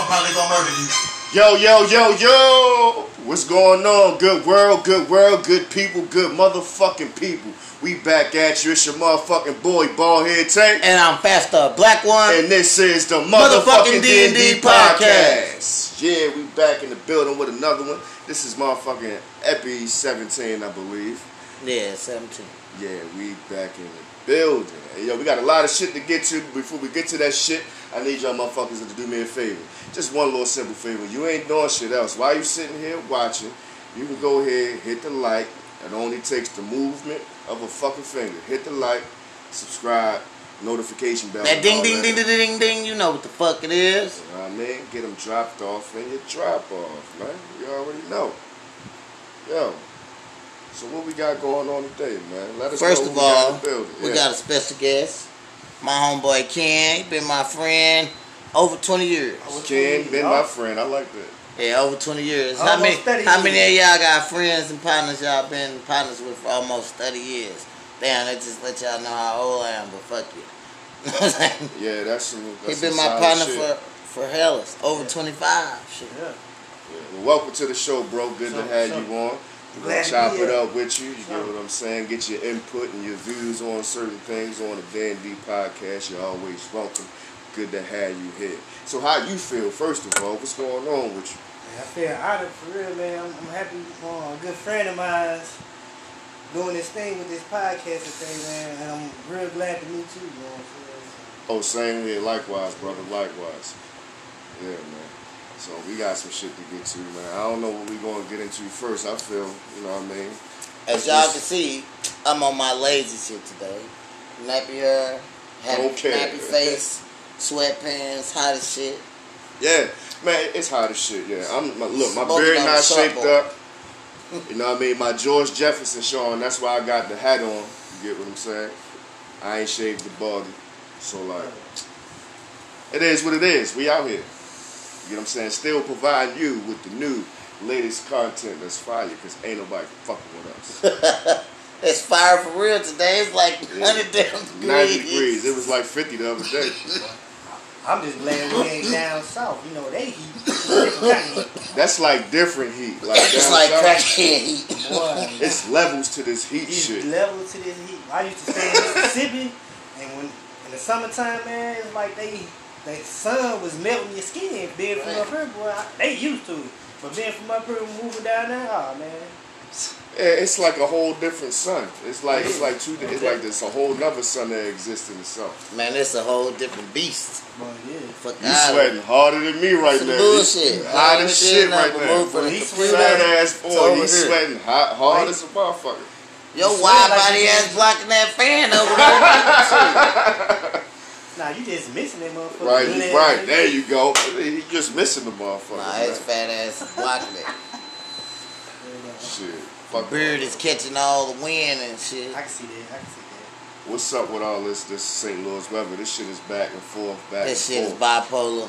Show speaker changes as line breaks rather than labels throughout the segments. murder you.
Yo, yo, yo, yo! What's going on? Good world, good world, good people, good motherfucking people. We back at you. It's your motherfucking boy, Bald Head Tank.
And I'm faster, black one.
And this is the
Motherfucking
motherfucking
D&D
D&D podcast. Yeah, we back in the building with another one. This is motherfucking Epi 17, I believe.
yeah, 17.
Yeah, we back in the building. Hey, yo, we got a lot of shit to get to. Before we get to that shit, I need y'all motherfuckers to do me a favor. Just one little simple favor. You ain't doing shit else. While you sitting here watching, you can go ahead, hit the like. It only takes the movement of a fucking finger. Hit the like, subscribe, notification bell.
That
and
ding
all
ding ding ding ding ding, you know what the fuck it is.
You know what I mean? Get them dropped off and you drop off, man. You already know. Yo. So what we got going on today, man? Let us
First
know
of
who we got
all,
in the building.
we
Yeah.
got a special guest. My homeboy Ken, he been my friend over 20 years.
Ken been my friend. I like that.
Yeah, over 20 years. how
Almost
many
30
how many of
years.
y'all got friends and partners y'all been partners with for almost 30 years? Damn, that just let y'all know how old I am, but fuck you.
Yeah, that's some. That's
he
some
been my
solid
partner
shit.
for for hellas over 25. Shit.
Yeah.
Yeah. Well, welcome to the show, bro. Good
So-
to have
so-
you on. We're
Glad
gonna
to
chop
be
it
here.
up with you. You
So-
get what I'm saying? Get your input and your views on certain things on the Van D podcast. You're always welcome. Good to have you here. So, how you feel? First of all, what's going on with you?
I feel honored for real, man. I'm, I'm happy. Uh, a good friend of mine's doing this thing with this podcast today, man, and I'm real glad to meet you, man. for
Oh, same here. Likewise, brother. Likewise. Yeah, man. So we got some shit to get to, man. I don't know what we gonna get into first. I feel, you know what I mean.
As y'all can see, I'm on my lazy shit today. Nappy hair, happy,
Okay.
nappy face, sweatpants, hot as shit.
Yeah, man, it's hot as shit. Yeah, I'm my, look, my
Smoking
beard
on
not
the
shaped
softball.
up. You know what I mean? My George Jefferson showing. That's why I got the hat on. You get what I'm saying? I ain't shaved the body, so like, it is what it is. We out here. You know what I'm saying? Still providing you with the new latest content that's fire, cause ain't nobody fucking with us.
It's fire for real today. It's like 100 damn
90
degrees.
degrees. It was like 50 the other day.
I'm just glad we ain't down south. You know they heat. Boy,
That's like different heat. Like
It's
down
like
south,
crackhead heat.
It's levels to this heat
these
shit.
levels to this heat. I used to stay in Mississippi, and when in the summertime, man, it's like they the sun was melting your skin. Being from up here, boy, I- they used to it. But being from up here, moving down there, oh man.
Yeah, Eh, it's like a whole different sun. It's like it's like two. It's like this a whole nother sun that exists in itself.
Man, it's a whole different beast.
Boy, yeah.
Fuck
You
out.
sweating harder than me right
Some
now.
bullshit.
Hot as
I
shit
did nothing
right
but
now.
move for the
Well, he's
computer.
Fat ass
It's over
boy, you
here.
sweating hot, hard
Right.
as a motherfucker.
Your
You sweat
wide
like
body
you-
ass blocking that fan over there.
Nah, you just missing that motherfucker.
Right,
Blend.
right. There you go. You just missing the motherfucker.
nah,
man.
his fat ass blocking it.
shit.
My
Fuck.
beard is catching all the wind and shit.
I can see that. I can see that.
What's up with all this? This St. Louis weather. This shit is back and forth, back
This shit
and
is
forth.
bipolar.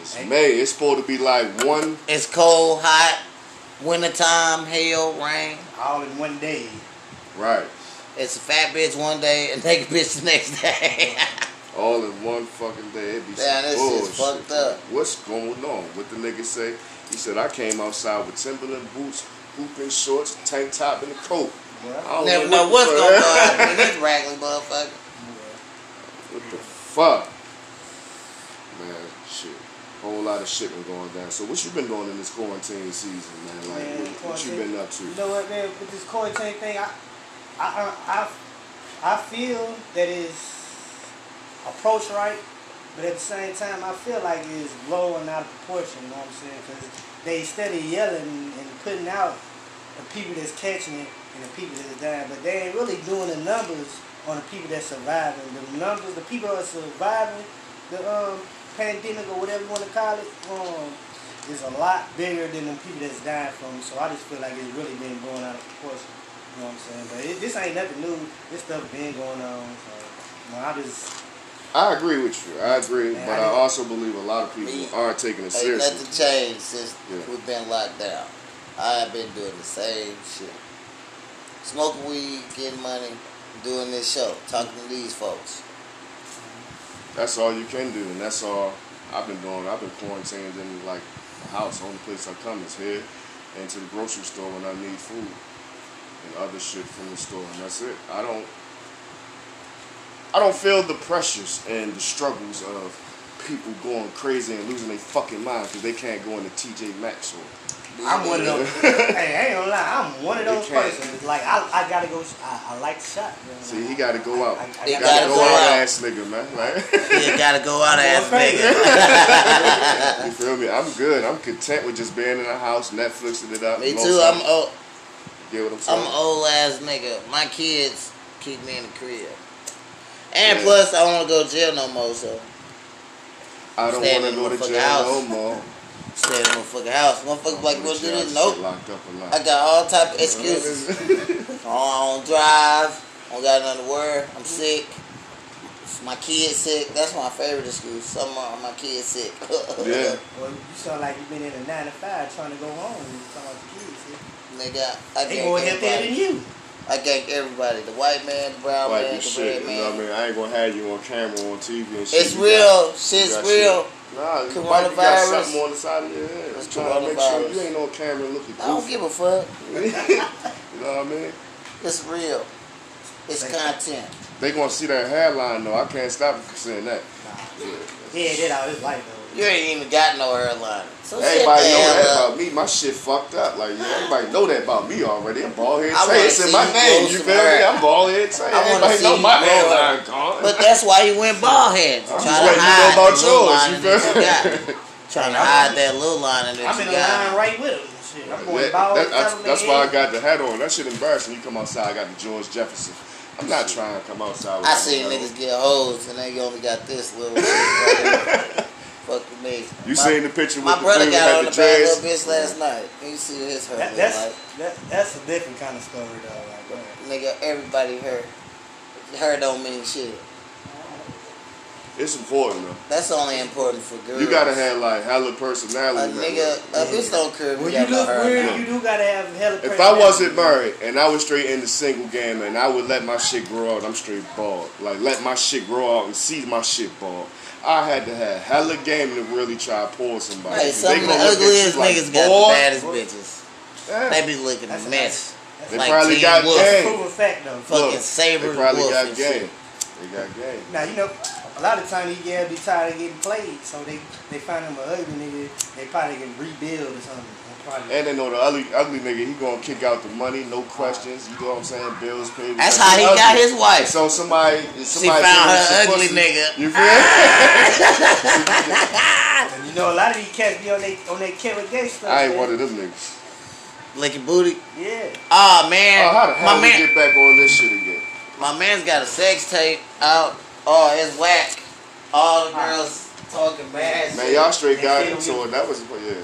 It's May. It's supposed to be like one.
It's cold, hot, wintertime, hail, rain.
All in one day.
Right.
It's a fat bitch one day and naked bitch the next day.
All in one fucking day. It be
Damn, that
some
shit's
bullshit.
fucked up.
What's going on? What the nigga say? He said I came outside with Timberland boots, hooping shorts, tank top, and a coat. I
Well,
don't
Never know what's
the
gonna
fuck-
go on in this raggedy motherfucker.
What the fuck, man? Shit, whole lot of shit been going down. So what you been doing in this quarantine season, man? Like
Man,
what, what you
quarantine-
been up to?
you know what, man? With this quarantine thing, I, I, I, I, I feel that is approach right, but at the same time, I feel like it's blowing out of proportion. You know what I'm saying? Because they steady yelling and putting out the people that's catching it and the people that's dying, but they ain't really doing the numbers on the people that's surviving. The numbers, the people that are surviving the um, pandemic or whatever you want to call it, um, is a lot bigger than the people that's dying from. it. So I just feel like it's really been blown out of proportion. You know what I'm saying? But it, this ain't nothing new. This stuff been going on. So you know, I just
I agree with you. I agree,
Man,
but I,
I didn't-
also believe a lot of people
Me-
are taking it
Ain't
seriously.
nothing changed since
Yeah.
we've been locked down. I've been doing the same shit. Smoking weed, getting money, doing this show, talking to these folks.
That's all you can do, and that's all I've been doing. I've been quarantined in like the house. Only place I come is here, and to the grocery store when I need food, and other shit from the store, and that's it. I don't. I don't feel the pressures and the struggles of people going crazy and losing their fucking minds because they can't go into TJ Maxx or
I'm one of those. hey, I ain't gonna lie. I'm one of
You
those
can't.
persons. Like I, I gotta go. sh- I, I like to shop. you know,
See,
I-
he got to go
I-
out.
I- I
he
gotta
got to go,
go
out,
out.
ass nigga, man. Like,
You gotta go out ass nigga.
you feel me? I'm good. I'm content with just being in the house, Netflixing it up.
Me
low
too. I'm
fi-
old.
Get what I'm saying?
I'm old ass nigga. My kids keep me in the crib. And
Yeah.
plus, I don't want to go to jail no more. So
I do not
staying
want
in
to go to
the motherfucking
jail
house.
no more.
stay in the motherfucking house. Motherfucker, like,
Go
what
to
do
jail. I
this?
just
Nope.
get Locked up a lot.
I got all type of excuses. Oh, I don't drive. I don't got nothing to worry.
Mm-hmm.
I'm sick. My kid's sick. That's my favorite excuse. Some of my kids sick.
yeah.
Well, you sound like you've been in a nine to five trying to go home. And you talking about the kids. yeah.
Nigga, I
They
gank
more healthier than
everybody.
you.
I gank everybody. The white man, the brown
Like
man,
this
the
shit.
red
You know what I
man.
mean? I ain't gonna have you on camera on TV and shit.
It's
You
real.
got- you
Shit's
got
real.
Shit. Nah, you might you got
Coronavirus.
something on the side of your head. I'm
It's
trying to make sure
coronavirus.
you ain't on camera looking.
I don't
goofy.
give a fuck.
you know what I mean?
It's real. It's content.
They gonna see that hairline though. I can't stop you from saying that.
He ain't did all his life though.
You ain't even got no hairline. So
Everybody
shut the
know
hell
that
up.
about me. My shit fucked up. Like yeah, everybody know that about me already. I'm bald head.
I
Tay.
wanna
It's in
see
my
you
name.
grow
You
some
feel me?
hair.
I'm bald head. Tay.
wanna
Everybody
see
know
you
my
grow
hairline gone.
But that's why he went bald head.
I'm
Trying to
just letting Uh-huh.
hide
you know about
the little line
yours. You
that you got.
feel me?
Trying to hide that little line
I'm in
that
a
you got.
line right with him. and Shit. I'm going
That-
bald.
that- that's,
tell him
that's
they
why I
ain't.
got the hat on. That shit embarrassing. You come outside, I got the George Jefferson. I'm not trying to come outside. With
I
that
seen
hat on.
niggas get hoes and they only got this little shit. Right here. Fuck me.
You
my,
seen the picture with
My
the
brother
dude
got on
had
the
the
bad
dreads?
little bitch last night. You see what his hurt
That,
look
that's
like.
that, that's a different kind of story though. Like,
Nigga, everybody hurt. Hurt don't mean shit.
It's important though.
That's only important for girls.
You gotta have like hella
a
personality. man.
nigga. A bitch don't care if
when
you
you
got no
look
hurt.
weird, you do gotta have hella.
If I wasn't
personality.
married and I was straight in the single game and I would let my shit grow out, I'm straight bald. Like let my shit grow out and see my shit bald. I had to have hella game to really try to pull somebody.
Right,
'Cause
some of the
gonna look at you
ugliest
like,
niggas got
"Boy,
the baddest
boy."
bitches.
Yeah.
They be looking
That's
a
a
mess.
They
like
probably
Teen
got
Wolf.
game.
Prove a fact though.
Fucking
Look,
Saber
They probably
Wolf
got
and
game.
shit.
They got game.
Now you know, a lot of times these guys be tired of getting played, so they they find them a ugly nigga. They probably can rebuild or something. They Probably.
And they know the ugly, ugly nigga, he gonna kick out the money, no questions. You know what I'm saying? Bills paid.
That's how he got his wife.
So somebody, somebody
found
giving
her
some
ugly
pussy.
nigga.
You feel?
And you know, a lot of these cats be on they on their Kevin Gates stuff.
I ain't
man.
one of them niggas.
Licking booty.
Yeah.
Oh man,
Oh, how the
my
hell we
man,
get back on this shit again?
my man's got a sex tape out. Oh, it's whack. All the
Huh.
girls talking bad
Man,
shit.
y'all straight got
They
into
still
it. That was yeah.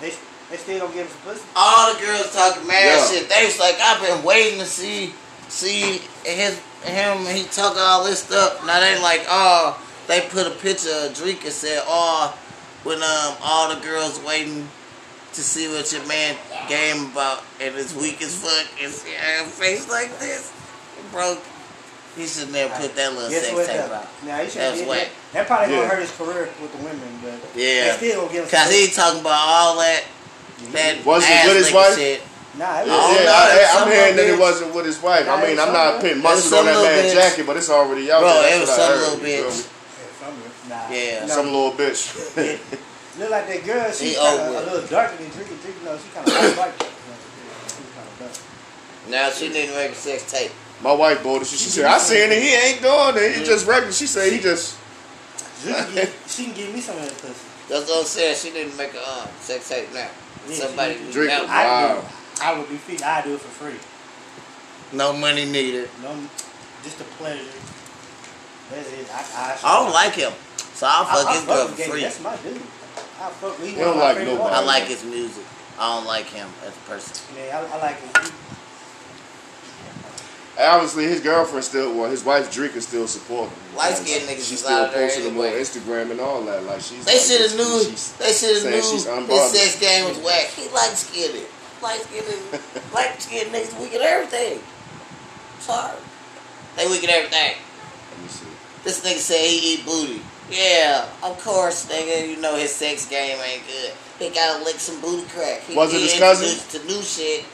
They they still don't give us a pussy.
All the girls talking mad
Yeah.
shit. They was like, I've been waiting to see, see his him. He talk all this stuff. Now they like, oh, they put a picture of Drake and said, oh, when um all the girls waiting to see what your man game about, and it's weak as fuck, and see her face like this, bro. He should never put that little
Guess
sex
what?
tape
though?
out.
Now he should
That's
did
whack.
that. That probably
Yeah.
gonna hurt his career with the women, but
Yeah.
they still gonna give us.
Cause he talking about all that that
Was it
ass
with his
nigga
wife?
shit.
Nah, it
Yeah,
I don't
was,
yeah,
know,
I,
there's
am
some
hearing that
little
it wasn't with his wife. I
Nah,
mean,
there's
I'm not
some
putting
little-
mustard on
there's
that
some
man's
little bitch.
jacket, but it's already out.
Bro,
there.
it was
That's what I
some
heard,
little
you feel me?
nah.
Yeah.
No,
Some little bitch.
yeah. Look like that girl. She's
He
kind
old
of
with
a little darker than Drake. Drake, no, she kind of like that. She's kind of dark.
Now she didn't make a sex tape.
My wife bold as shit. She said, "I seen it. He ain't doing it. He just regular." She said, "He just."
She can, give, she can give me some of that pussy.
That's what I'm saying. She didn't make a um, sex tape now.
Yeah,
Somebody
she
do
didn't.
Drake
now.
was-
I
Wow.
do. I would be free. I do it for free.
No money needed.
No, just a pleasure. That's it. I, I,
I don't like him, so I'll
I- I
fuck his girl
with
for
Gator.
free.
That's my dude. I fuck. He
He
one
don't
of my
like
favorite
nobody.
I
artists.
like his music. I don't like him as a person.
Yeah, I, I like him.
Obviously, his girlfriend still, well, his wife Drake is still supporting. him.
Light-skinned
Like,
niggas
She's
is
still
out of there
posting him on
anyway.
Instagram and all that. Like she's.
They
like,
should have knew.
she's-
They should have
saying
knew his
she's unbothered.
sex game was whack. He light skinned. Light skinned. light skinned niggas weak at everything. Sorry, they weak at everything.
Let me see.
This nigga said he eat booty. Yeah, of course, nigga. You know his sex game ain't good. He gotta lick some booty crack. He
Was it
get
his cousin?
introduced To new shit,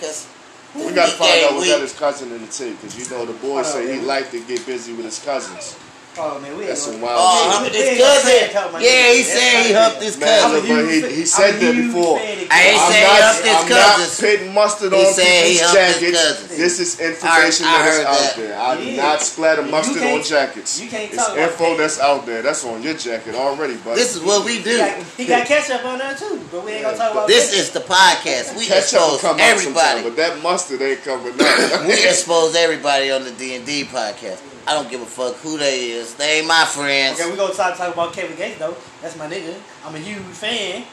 cause
We gotta
he
find
gay
out was
weak.
that his cousin in the tape, because you know the boys say he liked to get busy with his cousins.
Oh man, we ain't
That's
gonna-
some wild
Oh, humping
shit.
Yeah,
his
he said
cousin.
help my
Yeah, he
nigga.
said he
That's
humped his
Man,
I'm a
look,
cousin.
but he-
huge-
he
I'm
said
a
that
huge
before.
fan
I
of
ain't
Kanye.
I'm
say he upped
not,
his
I'm not
cousins.
pitting mustard
He
on
said he upped his
people's jackets.
cousins.
This is information
I- I
that is
heard
out
that.
there. I do
Yeah.
not splatter
You
mustard on
can't-
jackets.
you can't
it's
talk about
info
that.
that's out there. That's on your jacket already, buddy.
This is what we
He
do.
got, he got ketchup on there too, but we ain't gonna talk about
This
ketchup.
is the podcast. We
Ketchup will
expose
come out sometime,
everybody.
but that mustard ain't coming out.
We expose everybody on the D and D podcast. I don't give a fuck who they is. They ain't my friends.
Okay, we gonna talk, talk about Kevin Gates though. That's my nigga. I'm a huge fan.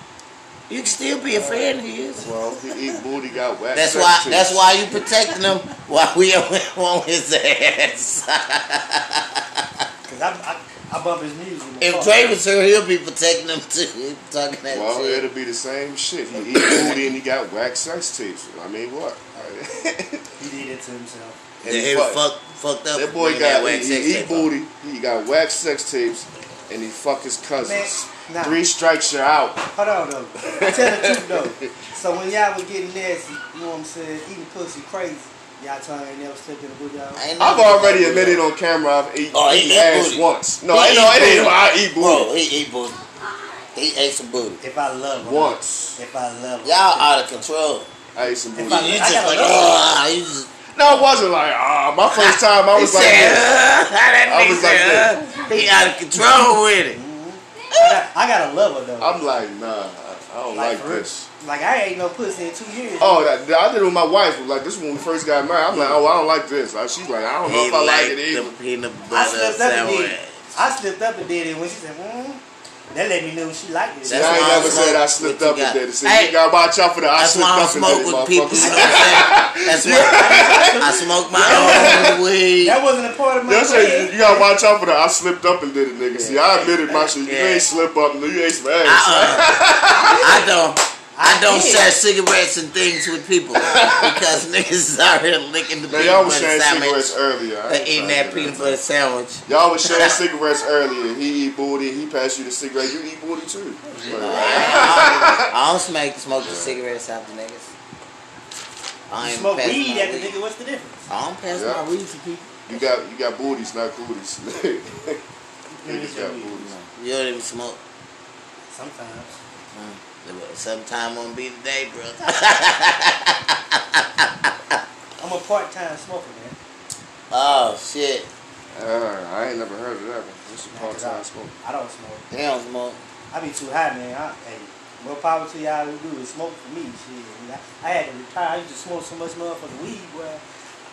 You can still be a friend of his.
well, he eat booty, got wax.
That's why. That's why you protecting him while we on his ass.
Cause I, I, I bump his music. in my
if
car.
Dre was here, he'll be protecting him too. He Talking that
Well,
shit.
it'll be the same shit. He eat booty and he got wax sex tapes. I mean, what?
he did it to himself.
And
Yeah,
he
he
fuck.
fuck, fucked up.
That boy
when
got
wax
he,
sex
he
tape
eat
on.
booty, he got wax sex tapes, and he fuck his cousins.
Man, nah.
Three strikes, you're out.
Hold on though. I tell the truth though. So when y'all was getting nasty, you know what I'm saying, eating pussy crazy, y'all trying ain't never slipped in a good dog.
I ain't
I've
never-
already admitted on camera I've eaten
Oh, he
eaten
eat
ass
booty.
once. No,
He
I
eat
know it ain't.
booty.
I eat booty
Bro, he eat booty. He ate some booty.
If I love her.
once.
If I love her.
Y'all out of control.
I ate some booty.
I-
You just
gotta
like,
go.
ah, you just.
No, it wasn't like ah. My first time, I
He
was like,
said,
this.
uh, how that
I
nigga
was
said, uh, he out of control with it.
I, got, I gotta love her though.
I'm like, nah, I I don't like,
for real.
this.
Like I ain't no pussy in two years.
Oh, that, that- I did it with my wife. Like this when we first got married. I'm like, oh, I don't like this. Like, she's like, I don't know
He
if I like
liked
it either.
the peanut
I
butter
slipped up and
sandwich.
did it. I slipped up and did it when she said, mm, that let me know she liked it.
That's
I ain't
why I
never
smoke
said I
with
slipped
you
up and
guys.
did it. See, you
Hey.
gotta watch out for the I
That's
slipped
why I don't
up and
smoke
did it,
with people. You know
motherfucker.
what I'm saying? That's why I smoke my own weed.
that wasn't a part of my
That's
plan.
it. You gotta watch out for the I slipped up and did it, nigga. See, I admitted my shit. You
Yeah.
ain't slip up, and you ain't some ass.
I, uh, Uh-uh. I don't. I
I
don't
did.
share cigarettes and things with people because niggas out here licking the uh,
Man,
peanut
y'all
butter
was sharing cigarettes
sandwich
earlier. I
and
ain't
eating
trying to
that
do
peanut butter sandwich.
Y'all was sharing cigarettes earlier. He eat booty. He passed you the cigarette. You eat booty too.
I
uh,
don't- I don't smoke smoke the cigarettes out the niggas. I
You
ain't
smoke
passing
weed
my
at the
weed.
nigga, what's the difference?
I don't pass
Yeah.
my weed to people.
You got you got booties, not cooties. Niggas
Niggas
got
got weed.
booties.
You don't even smoke.
Sometimes.
Sometime won't be the day, bro.
I'm a part time smoker, man.
oh shit,
Uh, I ain't never heard of that one. This is
Knock
part
it out.
time smoke.
I don't smoke.
they don't smoke.
I be too high, man. I, hey, more power to y'all who do is smoke for me. Shit. I, I had to retire. I used to smoke so much motherfucking weed, boy.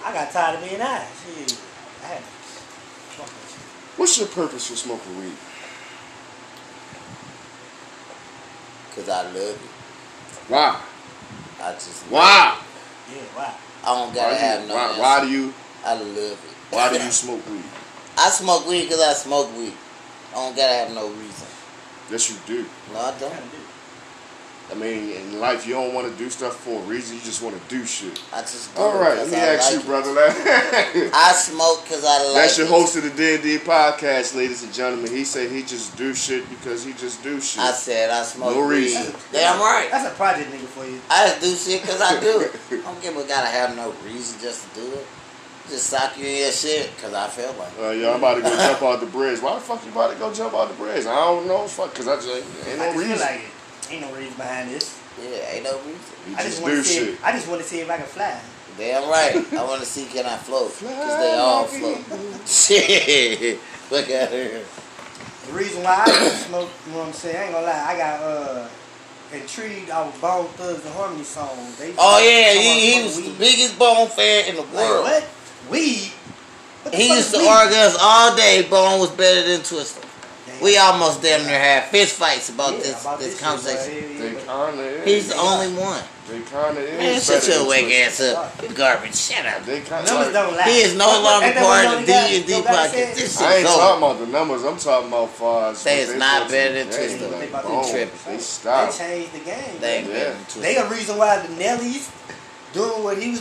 I got tired of being high. Shit. I had to smoke that shit.
What's your purpose for smoking weed?
Cause I love you.
Why?
I just
Why?
Yeah, wow.
I don't
Why
gotta
do
have
you-
no.
why,
answer.
why do you
I love it.
why do you smoke weed?
I smoke weed cause I smoke weed. I don't gotta have no reason.
Yes, you do.
No, I
I
don't.
kinda do.
I mean, in life, you don't want to do stuff for a reason. You just want to do shit.
I just do it
All right, let
'cause
me
I
ask
like
you,
it.
brother.
I smoke cause I like.
That's your
it.
host of the D&D podcast, ladies and gentlemen. He said he just do shit because he just do shit.
I said I smoke
No
weed.
reason.
Damn right.
That's a project nigga for you.
I just do shit because I do it. I don't give a gotta have no reason just to do it. Just sock you in your shit because I feel like it.
Uh, yo, I'm about to go jump out the bridge. Why the fuck you about to go jump out the bridge? I don't know. Fuck, because I just ain't
I
no
just feel
reason.
like it. Ain't no reason behind this.
Yeah, ain't no reason.
you
I
just,
just, want
do
to see.
shit.
If, I just want to see if I can fly.
Damn right. I want to see can I float because they all float. Shit. Look at here.
The reason why I don't smoke, you know what I'm saying? I ain't gonna lie. I got uh, intrigued. I was Bone Thugs and Harmony song. They
Oh yeah,
I wanna
he, he
smoke
was the
weed.
biggest bone fan in the
Like,
world.
what? Weed? What the
He
fuck
used
is
to
weed?
argue us all day. Bone was better than Twister.
Damn.
We almost damn near had fist fights
Yeah,
about this
about
this
shit,
conversation.
boy. Yeah,
They
yeah, yeah.
kind of
He's
is.
the only one.
They kind of is.
Man, shut
better
your
than
wake
Twister.
ass up. You garbage. Shut up.
They kind
Numbers
of
don't lie.
He is no
What- what-
longer
ain't that
part
what
of the
nobody-
D&D
nobody
podcast.
said?
This shit
I ain't
is
talking
over.
about the numbers. I'm talking about far as
Say
what
it's
they
not
put
better
to
than
the game,
Twister.
Like,
They
boom,
tripping.
they stop.
They changed the game.
They
They,
ain't
Yeah.
better than Twister.
they the reason why the Nellies doing what he was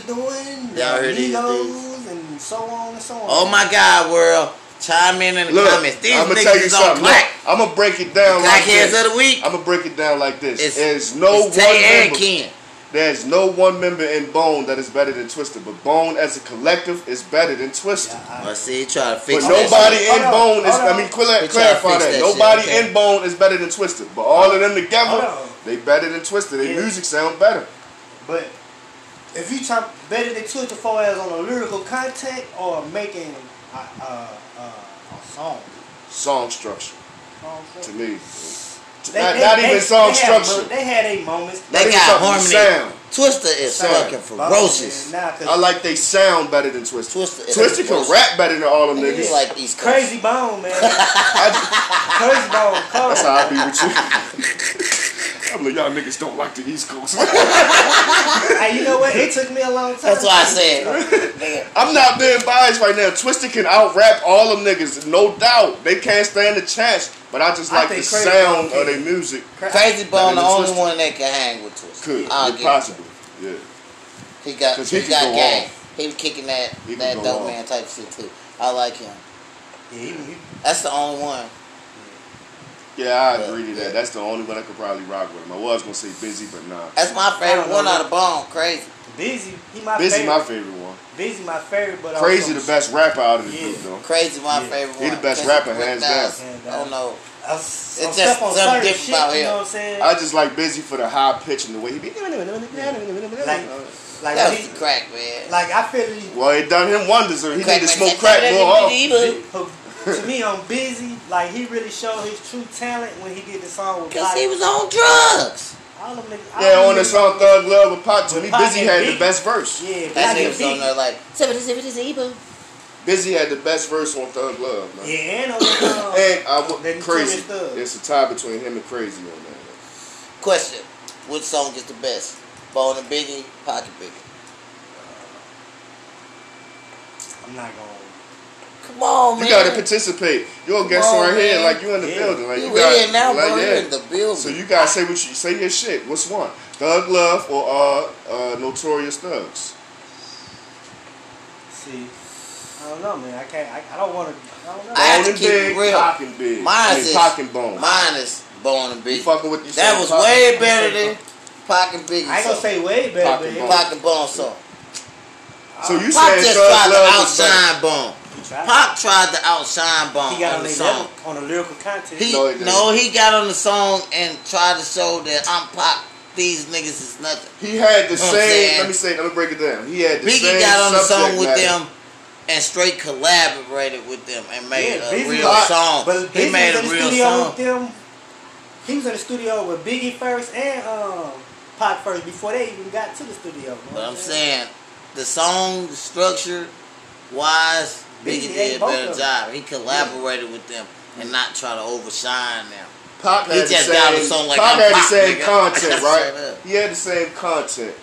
Y'all
doing, the
heard these
Migos, and so on and so on.
Oh my Oh God, world. Chime in in the
Look,
comments. These
I'm gonna
niggas
tell you
is on
something. Look,
crack.
I'm gonna break it down like
Crackheads
this.
of the week.
I'm gonna break it down like this.
It's-
There's no
it's
one
Tay and
member.
Ken.
There's no one member in Bone that is better than Twister, but Bone as a collective is better than Twister.
Well, see, you try to
But
fix that
nobody
shit.
in
Hold on,
Bone is.
hold
I
on.
mean, clar-
We tryna
clarify
fix that
that.
shit,
Nobody
okay.
in Bone is better than Twister, but all of them together,
Hold on.
they better than Twister. Their
Yeah.
music sound better.
But if you talk better than Twister for as on a lyrical content or making a, a, a, a song.
Song structure
Song
to
structure.
me. not not even song
they had,
structure.
mo- They had their moments.
Not
They
even
got
something
harmony.
Sound.
Twister is
Sound.
fucking ferocious.
Nah, 'cause
I like they sound better than Twister.
Twister is
Twister can
ferocious.
rap better than all them niggas.
You like these crazy.
Crazy Bone, man. Crazy Bone, cold.
That's how I be with you. I'm like, y'all niggas don't like the East Coast.
Hey, you know what? It took me a long time.
That's why I said. nigga,
I'm not being biased right now. Twister can out rap all them niggas, no doubt. They can't stand the chance, but I just
I
like the
think Crazy
sound
Bone
of
can.
their music.
Crazy Bone,
than
the only
Twister.
one that can hang with Twister.
Could,
I'll give it to
possibly.
him.
Yeah.
He got,
'Cause
he
he can
got
go
gang.
off.
He was kicking that
He can
that
go
dope
off.
man type shit too. I like him.
Yeah, he, he,
That's the only one.
Yeah, I
Yeah,
agree to
yeah.
that. That's the only one I could probably rock with him. I was gonna say busy, but nah.
That's my favorite
know,
one out of
man.
Bone. Crazy.
busy. He my
Busy,
favorite.
my favorite one.
busy, my favorite. But
Crazy, the
also,
best rapper out of the
Yeah.
group though.
Crazy, my
Yeah.
favorite
He
one.
the best
Cause he
rapper, hands
quick down.
down. Hands
I don't
down.
know.
I, it's
just
just on
something
certain
different
shit,
about
You know
him.
what I'm saying?
I just like busy for the high pitch and the way he be.
like, like,
That
when
was the crack, man.
he, like I feel he,
Well, it done him wonders. Or he
Crack
need to
man.
smoke crack more often.
who- to me, I'm busy. Like he really showed his true talent when he did the song with
Cause
Pac.
he was on drugs.
All them niggas- all
Yeah,
them
on the
niggas-
song Thug Love with Pop, to me,
Pac
Busy
and
had
Biggie.
the best verse.
Yeah,
That
Pac
nigga
and
was on
Biggie.
there like seventy seventy evil.
Busy had the best verse on Thug Love, man.
Yeah, and on the um,
And I w-
Then
crazy.
Two Minute Thug.
It's a tie between him and Crazy on that.
Question: Which song is the best? Bone and Biggie, Pocket Biggie.
I'm not gonna.
Come on,
You
man.
gotta participate. You're a guest
on,
right here,
man.
like you in the
Yeah.
building, like
you
you,
in
got
now,
like,
bro. You
yeah.
in the building.
So you gotta say what you say your shit. What's one? Thug Love or uh, uh, Notorious Thugs?
See, I don't know, man. I can't. I, I don't want to. I don't know.
I have
Bone
to
and
keep it
big,
real.
Pock and big.
Mine
I mean,
is-
Pock and bone.
Mine is Bone and
you
Biggie.
fucking with you
That
said,
was
Pock-
way better than Pocket Biggie.
I ain't gonna say way
Pac
better,
and
but
Bone.
Pocket Bone song.
So you
Pop
said
just
Thug
tried
Love
to
was better.
outshine Bone.
he tried.
Pop tried to outshine Bone
He got
on
on
the
their
song.
level on the lyrical content.
He
No,
no,
he didn't.
he got on the song and tried to show that I'm Pop. These niggas is nothing.
He had the
know what I'm saying?
same. Let me say. Let me break it down. He had the
Biggie
same.
got on the
subject
song with
matter.
them and straight collaborated with them and made
Yeah,
a
Busy
real
was-
song.
But
he
Busy
made
was
a
in the
real
studio
song.
with them. He was in the studio with Biggie first and um, Pac first before they even got to the studio. you know
But
what
I'm saying the song structure wise,
Busy
Biggie
ate
did a
both
better
of them.
job. He collaborated with them and not try to overshine them.
Pac
He
had the
just
same,
got on the song like,
Pac
I'm
had the
Pac,
same
nigga.
content,
Straight
right?
up.
He had the same content.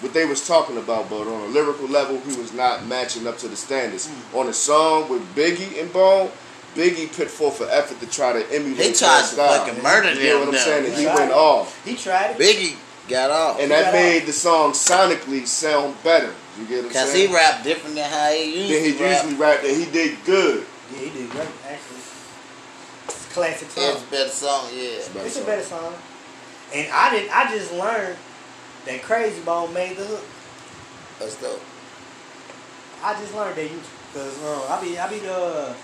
What they was talking about, but on a lyrical level, he was not matching up to the standards.
Hmm.
On a song with Biggie and Bone, Biggie put forth an effort to try to emulate.
He tried
that
to
style.
fucking murder
You know
them,
what I'm
though.
saying? And he
Right.
went off,
He tried it.
Biggie got off.
and
He
that
got
made the song sonically sound better. You get what I'm
Cause he
saying?
rapped different than how he used
Then he
to rap.
usually rapped, and he did good.
Yeah, he did great actually. It's a classic song.
It's a better song, yeah.
It's a better song. And I did. I just learned that Crazy Bone made the hook.
That's dope.
I just learned that you, cause um, I be I be uh,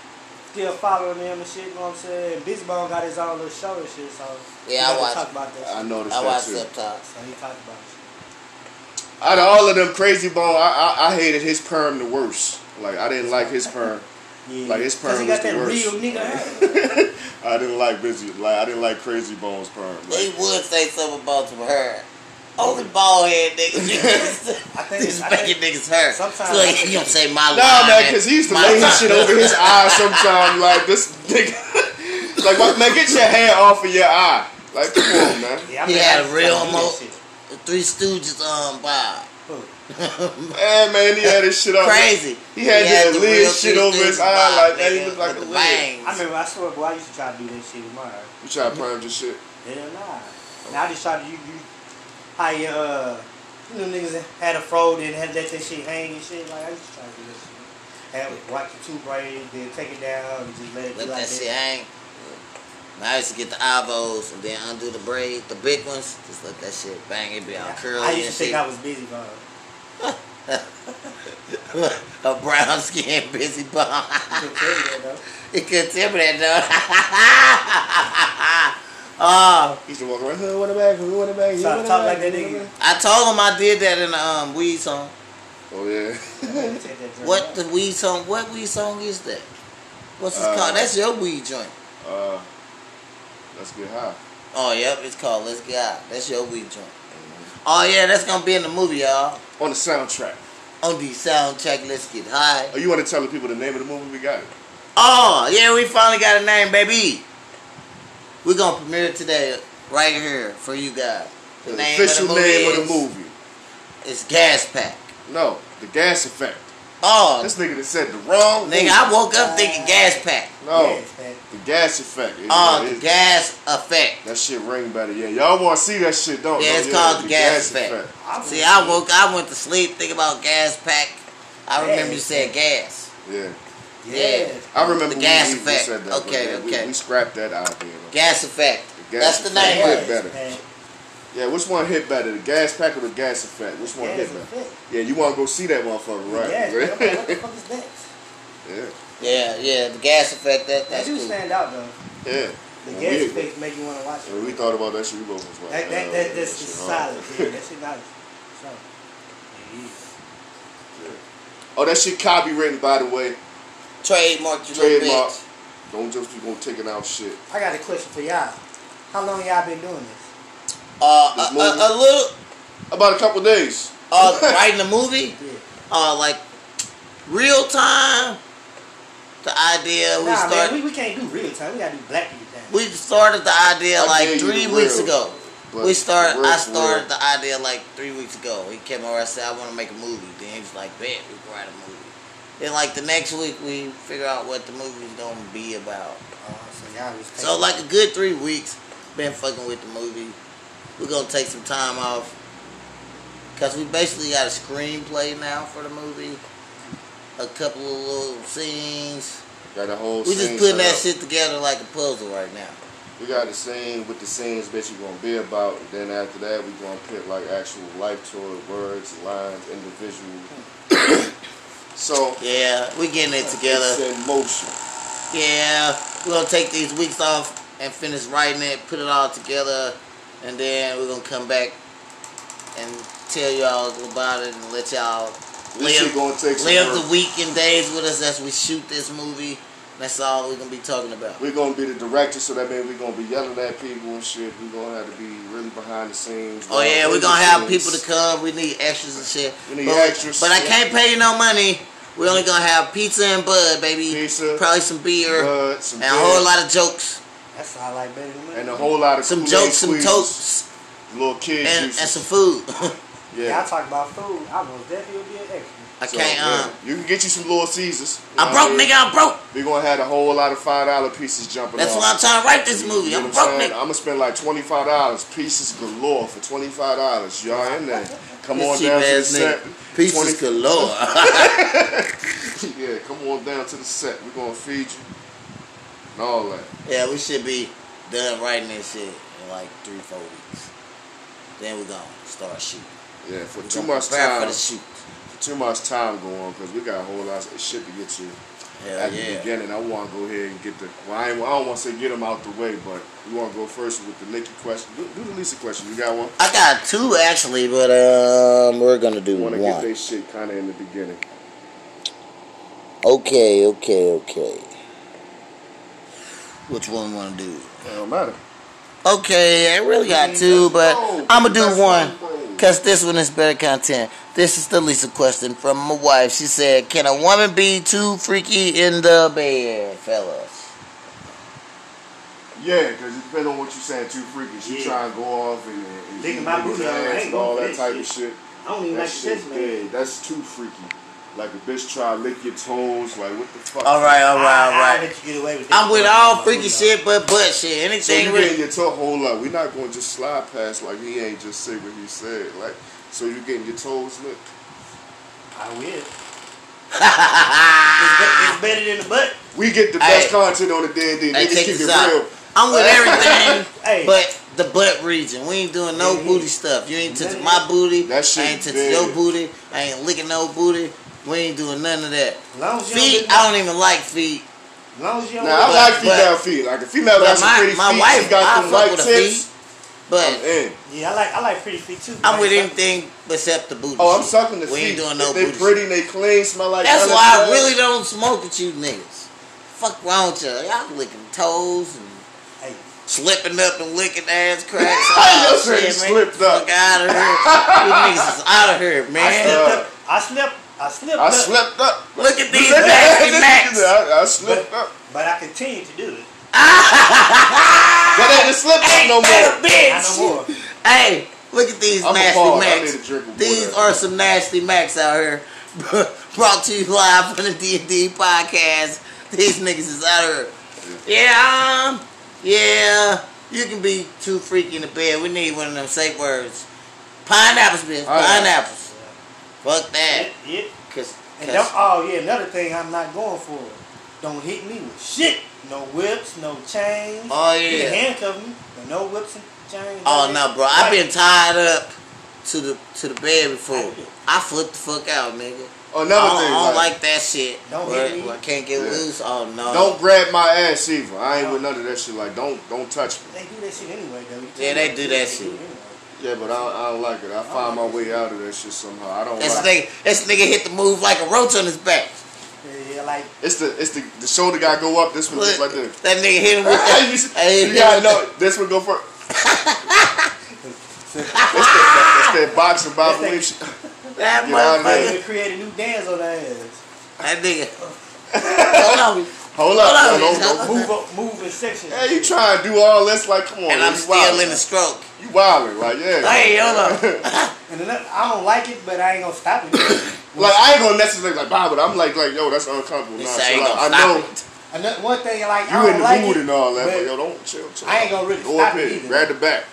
still following them and shit. You know what I'm saying? Busy Bone got his own little show and shit, so he
Yeah, I
got to
watch.
Talk about that.
I
shit.
noticed
I
that
watched
too.
subtitles.
So he talked about it.
Out of all of them, Crazy Bone, I, I, I hated his perm the worst. Like I didn't like his perm.
Yeah.
Like his
Cause
perm
he
was
got
the
that
worst.
real nigga. hair.
I didn't like busy. Like I didn't like Crazy Bones perm.
They
Like,
would say something about some her. Only bald head niggas.
I think
Just
it's, I
making
think,
niggas hurt.
Sometimes-
Look, he don't say my
nah,
line.
man, because he used to
My
lay his
line.
shit over his eye sometimes. Like this nigga. like my- man, get your hand off of your eye. Like come on, man.
yeah, I
He
mean,
had
I-
a real
I mean,
mo-
shit.
The Three Stooges um Bob.
Who?
Man, man, he had his shit up.
Crazy.
He had his
the
lid
real
shit
Three
over his
Stooges
eye,
bob,
like, that he
nigga,
looked like
with
a
the
lid.
bangs.
I remember. I swear, boy, I used to try to do that shit with mine.
You try to perm your shit.
Hell nah. And I just tried to you, you how you uh, you know niggas had a fro and had let that shit hang and shit. Like I used to try to do that shit. have rock your two braids, then take it down and just let it be
Let that
like that.
shit hang. I used to get the avos and then undo the braid, the big ones. Just let that shit bang. It be all curly
I used to
and
think
shit.
I was busy, but
a brown skin busy bum.
I couldn't tell you that though.
it could tell me that though. oh,
He used to walk around, who want a bag, who want a bag, who
So I
want a
talk
bag,
like that
who want a
nigga.
bag?
I told him I did that in the um, weed song.
Oh, yeah.
Take that drink
What
out.
the weed song? What weed song is that? What's it
Uh,
called? That's your weed joint.
uh, let's get high.
Oh, yep, it's called Let's Get Out. That's your weed joint. Oh yeah, that's gonna be in the movie, y'all.
On the soundtrack.
On the soundtrack, Let's Get High.
Oh, you want to tell the people the name of the movie? We got it.
Oh, yeah, we finally got a name, baby. We're gonna premiere it today, right here for you guys. The,
The
name
official
of the movie
name of
is-
the movie.
is Gas Pack.
No, The Gas Effect.
Oh,
This nigga that said the wrong
nigga,
movie.
I woke up thinking Gas Pack.
No,
Yes, man.
The Gas Effect. It-
Oh,
it-
the gas effect.
that shit ring better. Yeah, y'all want to see that shit, don't
Yeah,
y'all?
it's called The Gas Effect.
I
See,
was-
I woke, I went to sleep thinking about Gas Pack. I remember you said gas.
Yeah.
Yeah.
I remember
The Gas
we, we
Effect.
said that. but
Okay,
yeah, we-
okay.
We, scrapped that idea.
Gas effect.
The
That's
Gas
the
Effect
name.
hit better.
man.
Yeah, which one hit better, the Gas Pack or the Gas Effect? Which one
Gas
hit better?
effect.
Yeah, you want to go see that motherfucker, right?
Gas, man. I'm like, what the fuck is that?
yeah,
Yeah, yeah, the gas effect. That
That
that's
do
cool.
stand out though.
yeah.
The
When
gas
we-
effects make you want to watch it.
When we thought about that shit, we both was like,
That,
"Oh,
that,
yeah,
that, that's
shit
just
hard."
solid, dude. That shit solid. Solid. It is.
oh, that shit copywritten, by the way.
Trademark, you little
Trademark.
bitch.
Don't just keep on taking out shit.
I got a question for y'all. How long y'all been doing this?
Uh,
This
a,
movie.
a, a little.
About a couple days.
Uh, writing a movie.
Yeah.
Uh, like real time. The idea we
nah,
start.
man, we, we can't do real time. We gotta do black people time.
We started the idea
I
like
gave you
three
the
weeks
real,
ago.
but
we started.
the
I
rest
started the idea like three weeks ago. He came over. I said, "I want to make a movie." Then he was like, "Bet we can write a movie." Then like the next week, we figure out what the movie's gonna be about.
Oh, so y'all was
So like a good three weeks, been fucking with the movie. We're gonna take some time off because we basically got a screenplay now for the movie. A couple of little scenes.
Got the whole.
We just
scene
putting
set
that
up.
shit together like a puzzle right now.
We got the scene with the scenes that you're gonna be about. And then after that, we gonna put like actual life toward words, lines, individual. so
Yeah, we getting it together.
it's in motion.
Yeah, we're gonna take these weeks off and finish writing it, put it all together, and then we're gonna come back and tell y'all about it and let y'all
This shit
live,
gonna take some
live
work.
the week and days with us as we shoot this movie. That's all we're gonna be talking about.
We're gonna be the director, so that means we're gonna be yelling at people and shit. We're gonna have to be really behind the scenes.
Oh yeah, we're gonna
behind the
have
scenes.
people to come. We need extras and shit.
We need
but,
extras.
But I can't pay you no money. We're only gonna have pizza and bud, baby.
Pizza,
Probably some beer
blood, some
and a whole lot of jokes.
That's all I like better than me.
and a whole lot of
Some
Kool-Aid
jokes, some
squeezes,
toasts,
little kids,
and, and some food.
Y'all
yeah.
talk about food. I most definitely be an extra.
I
So,
can't.
yeah,
um,
you can get you some little Caesars.
I'm broke, nigga. I'm broke.
We're gonna have a whole lot of five dollar pieces jumping.
That's
off.
why I'm trying to write this movie. I'm broke,
I'm
nigga.
gonna spend like twenty five dollars, pieces galore for twenty five dollars. Y'all in there? Come on
This cheap
down to the
ass
set.
nigga. Pieces
20
galore.
yeah, come on down to the set. We're gonna feed you and all that.
yeah, we should be done writing this shit in like three, four weeks. Then we're gonna start shooting.
Yeah, for
We
too
gonna
much
prepare
time,
for the shoot.
for too much time going because we got a whole lot of shit to get to.
Hell
At the
yeah.
beginning, I want to go ahead and get the. Well, I, ain't- I don't want to say get them out the way, but we want to go first with the Nikki question. Do, do the Lisa question. You got one?
I got two actually, but um, we're gonna do
want
one.
to get their shit kind of in the beginning.
Okay, okay, okay. Which one we wanna do?
It don't matter.
Okay, I really got two, but I'm gonna do one. Because this one is better content. This is the Lisa question from my wife. She said, Can a woman be too freaky in the bed, fellas?
Yeah, because it depends on what you're saying. Too freaky. She
Yeah.
trying to go off and, and, and
Nigga,
eat
my
niggas'
booty hole, I
ass
ain't
and all that
gonna do
type
that
of shit.
I don't even
That
like the
shit,
taste of it.
yeah, that's too freaky. Like a bitch try to lick your toes. Like what the fuck?
All right, all
I, I
right, all right.
bet you get away with that.
I'm with all freaky shit but butt shit.
So you
Anything
getting
really.
your toe? Hold up, we not going to just slide past like he ain't just say what he said. Like, so you getting your toes licked?
I will.
better than the butt.
We get the best
Hey.
content on the
Hey,
D&D. Niggas
check
keep it
this out.
real.
I'm with everything,
Hey.
but the butt region. We ain't doing no
Mhm.
booty stuff. You ain't touching
None
my
of
booty.
That shit
I ain't touching
big.
your booty. I ain't licking no booty. We ain't doing none of that.
As long as you don't
Feet,
get-
I don't even like feet.
as long as you don't
Now, I
But-
like
but-
female feet. Like, a female
But
got some
my,
pretty
my
feet.
wife,
she got
I
some Oh,
fuck
white
with a
tips.
feet. But
I'm in.
Yeah, I like I like pretty feet too.
I'm with
Like,
anything except the booty.
Oh, I'm
shit.
sucking the
We
feet.
ain't doing no
If they
booty
pretty, they clean, smell like
That's
honey
why I
buns.
really don't smoke with you niggas. Fuck wrong with y'all? Y'all licking toes and
Hey,
slipping up and licking ass cracks.
Your
Oh,
shit
shit, man.
slipped up.
Fuck out of here. you niggas is out of here,
I
man.
slipped
Uh,
up. I slipped. I slipped.
I
up,
slipped up.
Look at these nasty Macs.
I, I slipped up.
but I continued to do it.
That ain't a slip up
Ain't
no
that
more.
a
Not
bitch?
no more.
Hey, look at these
I'm
nasty
appalled. I
Macs.
need a drink of
These
water.
are some nasty Macs out here. Brought to you live from the D&D podcast. These niggas is out here. Yeah, um, yeah. You can be too freaky in the bed. We need one of them safe words. Pineapples, bitch.
All right.
Pineapples. Fuck that.
Yeah, yeah.
Cause,
And
cause-
don't, oh yeah, another thing I'm not going for. Don't hit me with shit. No whips, no chains.
oh
You can
yeah.
handcuff me, but no whips and chains.
Oh no, bro. I've
Like,
been tied up to the to the bed before.
Like it.
I flipped the fuck out, nigga.
Oh, Another
I don't,
thing,
I don't
like,
like that shit.
Don't
Where-
hit me.
where I can't get
Yeah.
loose. Oh no.
don't grab my ass either. I ain't
No.
with
uh,
none of that shit. Like, don't don't touch me.
They do that shit anyway, though. You
Yeah, they do that
They
shit.
it anyway.
Yeah, but I, I don't like it. I find my way out of that shit somehow. I don't
This
like it.
nigga, this nigga hit the move like a roach on his back.
Yeah, like
It's the it's the, the shoulder guy go up. This one
Look,
just like this.
that nigga hit him with that.
you see-
Hey,
you gotta know this one go first. It's that, that's that boxing Bobby Lee shit.
That
You know what
motherfucker.
I mean?
they create a new dance on their ass.
That nigga. Hold on.
Hold up,
Hold on,
no,
man.
no, no.
Move up, move in sections.
Hey, you trying to do all this? Like, come on,
And I'm
you
still in the stroke.
You wildin', like yeah.
Hey, hold
on.
And another, I don't like it, but I ain't gonna stop it.
like I ain't gonna necessarily like Bob, but I'm like like yo, that's uncomfortable.
He
Nah,
said, I ain't
chill out.
gonna
I know
stop it.
Another one thing, like I
you in
don't
the
like
mood
it,
and all that, but,
but
yo, don't chill, chill.
I ain't gonna really
go
stop
up
it
here,
either.
grab the back.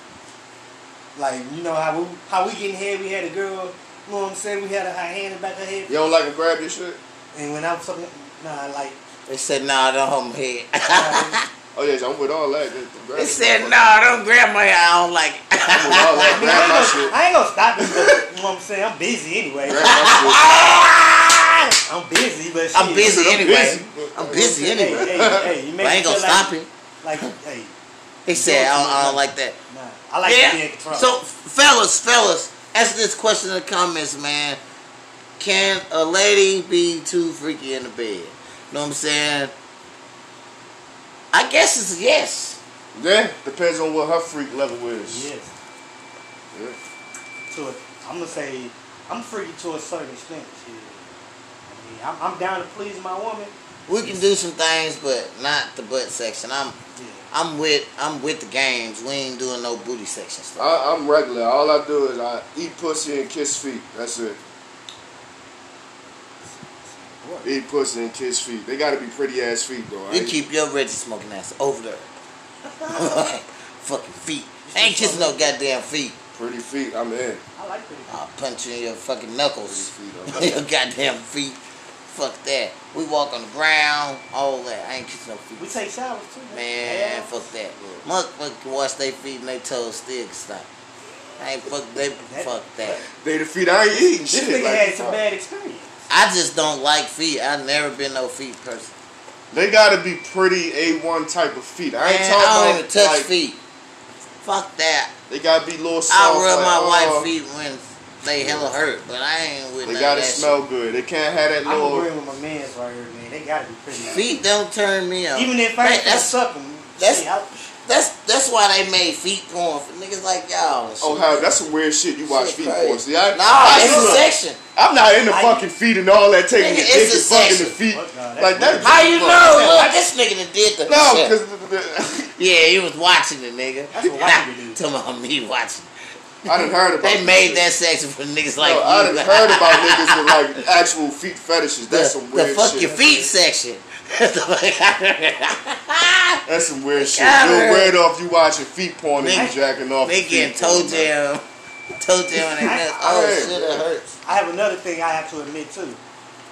Like you know how we how we getting here, we had a girl. You know what I'm saying? We had a, her hand in the back of her head,
You don't like to grab your shit?
and when I was talking, nah, like
They said, nah, don't hold my head.
I,
Oh yeah, I'm with all that. Just grab
they
it.
said, nah, don't grab my head. I don't like it.
I'm with all that.
I, mean,
Grab my
I, ain't,
shit.
gonna, I ain't gonna stop it, but you know what I'm saying? I'm busy anyway.
Grab my
I'm busy, but shit.
I'm busy
shit.
anyway.
busy.
I'm busy
Hey,
anyway.
hey, hey, you
But
make
I ain't
me
gonna
feel
stop it.
like, Like, hey,
He said, I don't, I don't like that.
nah, I like to be in control.
So, fellas, fellas, answer this question in the comments, man. Can a lady be too freaky in the bed? Know what I'm saying? I guess it's a yes.
Yeah, depends on what her freak level is.
yes.
Yeah.
To a, I'm gonna say, I'm freaky to a certain extent. Shit. I mean, I'm, I'm down to please my woman.
We can do some things, but not the butt section. I'm
Yeah.
I'm with I'm with the games. We ain't doing no booty section stuff.
I, I'm regular. All I do is I eat pussy and kiss feet. That's it.
Boy,
Eat pussy and kiss feet. They gotta be pretty ass feet though. I
You
ain't-
keep your Reggie smoking ass over there. Fucking feet. ain't kissing no goddamn feet.
pretty feet. I'm in.
I like pretty.
I'll punch you in your fucking
Pretty
knuckles.
feet. I'm in.
your goddamn feet. Fuck that. We walk on the ground, all that. I ain't kissing no
We
feet.
take showers too.
Man,
Yeah.
fuck that. Motherfucker can wash their feet and their toes still can stop. I ain't fuck they fuck that.
They the feet I ain't eating
This
shit.
nigga
like,
had some bad experience.
I just don't like feet. I've never been no feet person.
They gotta be pretty A1 type of feet. I ain't
Man,
talking
I don't
about
even touch
like,
feet. Fuck that.
They gotta be little soft.
I rub
like,
my
uh,
wife's feet when they hella hurt, but I ain't with
They
none
gotta
of that
smell good. They can't have that
I'm
little.
agreeing with my man's right here, man. They gotta be pretty.
shit. Feet don't turn me on.
Even if I
Man,
ain't
that's-
sucking,
that's-
shit, I,
That's that's why they made feet porn for niggas like y'all. and
Oh
shit.
hell, that's some weird shit you watch
Shit
feet
crazy.
for. See, I,
Nah,
I,
it's a
look,
section.
I'm not into
I-
fucking feet and all that taking
Nigga,
the
it's
dick
a
and fucking
section.
the feet.
Fuck, nah, that's
like that.
How you know? Look, this nigga that did the
No,
shit.
because
Yeah, he was watching the nigga.
That's what white people do.
Talking about me watching.
I done heard about.
They
this
made
shit.
that section for niggas
No,
like you.
I done heard about niggas with like actual feet fetishes.
the,
That's some
the
weird
fuck
shit.
your feet section. they
That's some weird shit.
Got
You're
her.
weird off you watching feet porn and
Nigga,
you jacking off. to
getting
feet
toe
porn, man.
jam. Toe jam and they nuts.
I-
Oh
I-
shit, it hurts.
I have another thing I have to admit too.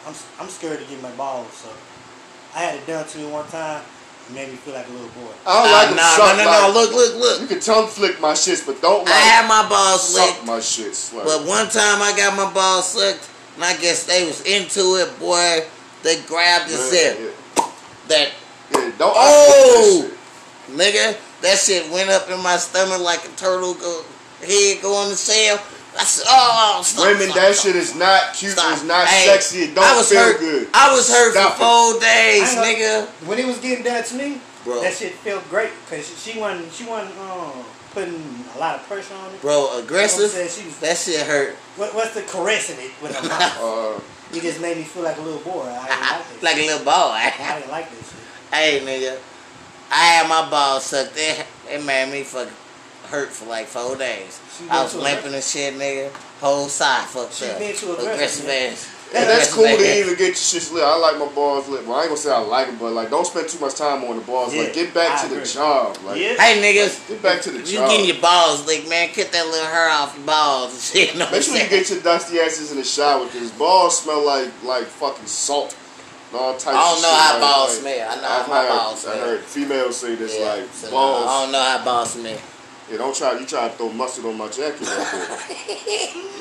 I'm I'm scared to get my balls sucked. I had it done to me one time. It made me feel like a little boy.
I don't
Uh,
like them
nah,
suck
no, no,
my-
no. Look, look,
You
look.
can tongue flick my shits, but don't
I
like
had my balls
suck
licked,
my shits. Like,
but one time I got my balls sucked, and I guess they was into it, boy. They grabbed and
man,
said that
yeah, yeah, don't.
Oh!
Oh,
Nigga, that shit went up in my stomach like a turtle go, head going to sail. I said, oh, stop,
women,
stop,
that
stop,
shit is not cute.
stop.
It's not
Hey,
sexy. It don't
I was
feel
hurt.
good.
I was hurt
Stop
for
it.
four days,
I know.
nigga.
When it was getting done to me,
Uh,
Bro,
that shit felt great because she, she wasn't she wasn't um, putting a lot of pressure on it.
bro,
You know what I'm
aggressive.
saying? She was-
That shit hurt.
what, what's the caressing it with her mouth?
Uh,
You just made me feel like a little boy. I didn't like this.
like a little boy.
I didn't like this shit.
hey, nigga, I had my balls sucked. It, it made me fucking hurt for like four days.
She
I
been
was
too
limping and shit, nigga. Whole side fucked
She
up.
been too
aggressive
aggressive, nigga.
ass.
and that's
Aggressive
cool
ass.
to even get your shits lit. I like my balls lit. Well, I ain't gonna say I like them, but like, don't spend too much time on the balls.
Yeah,
like, get back
I
to the
agree.
job. Like,
yeah.
Hey niggas,
Get back to the
you
job.
getting your balls licked, man. Cut that little hair off your balls and shit. You know what
Make
I'm
sure you
saying?
get your dusty asses in the shower because balls smell like like fucking salt. and All types
I don't
of
know
shit,
how
like-
balls
like-
smell. I know
I've
how my
heard-
balls
I
smell.
heard females say this
Yeah,
like
so no,
balls.
I don't know how balls smell.
yeah, don't try. You try to throw mustard on my jacket. Right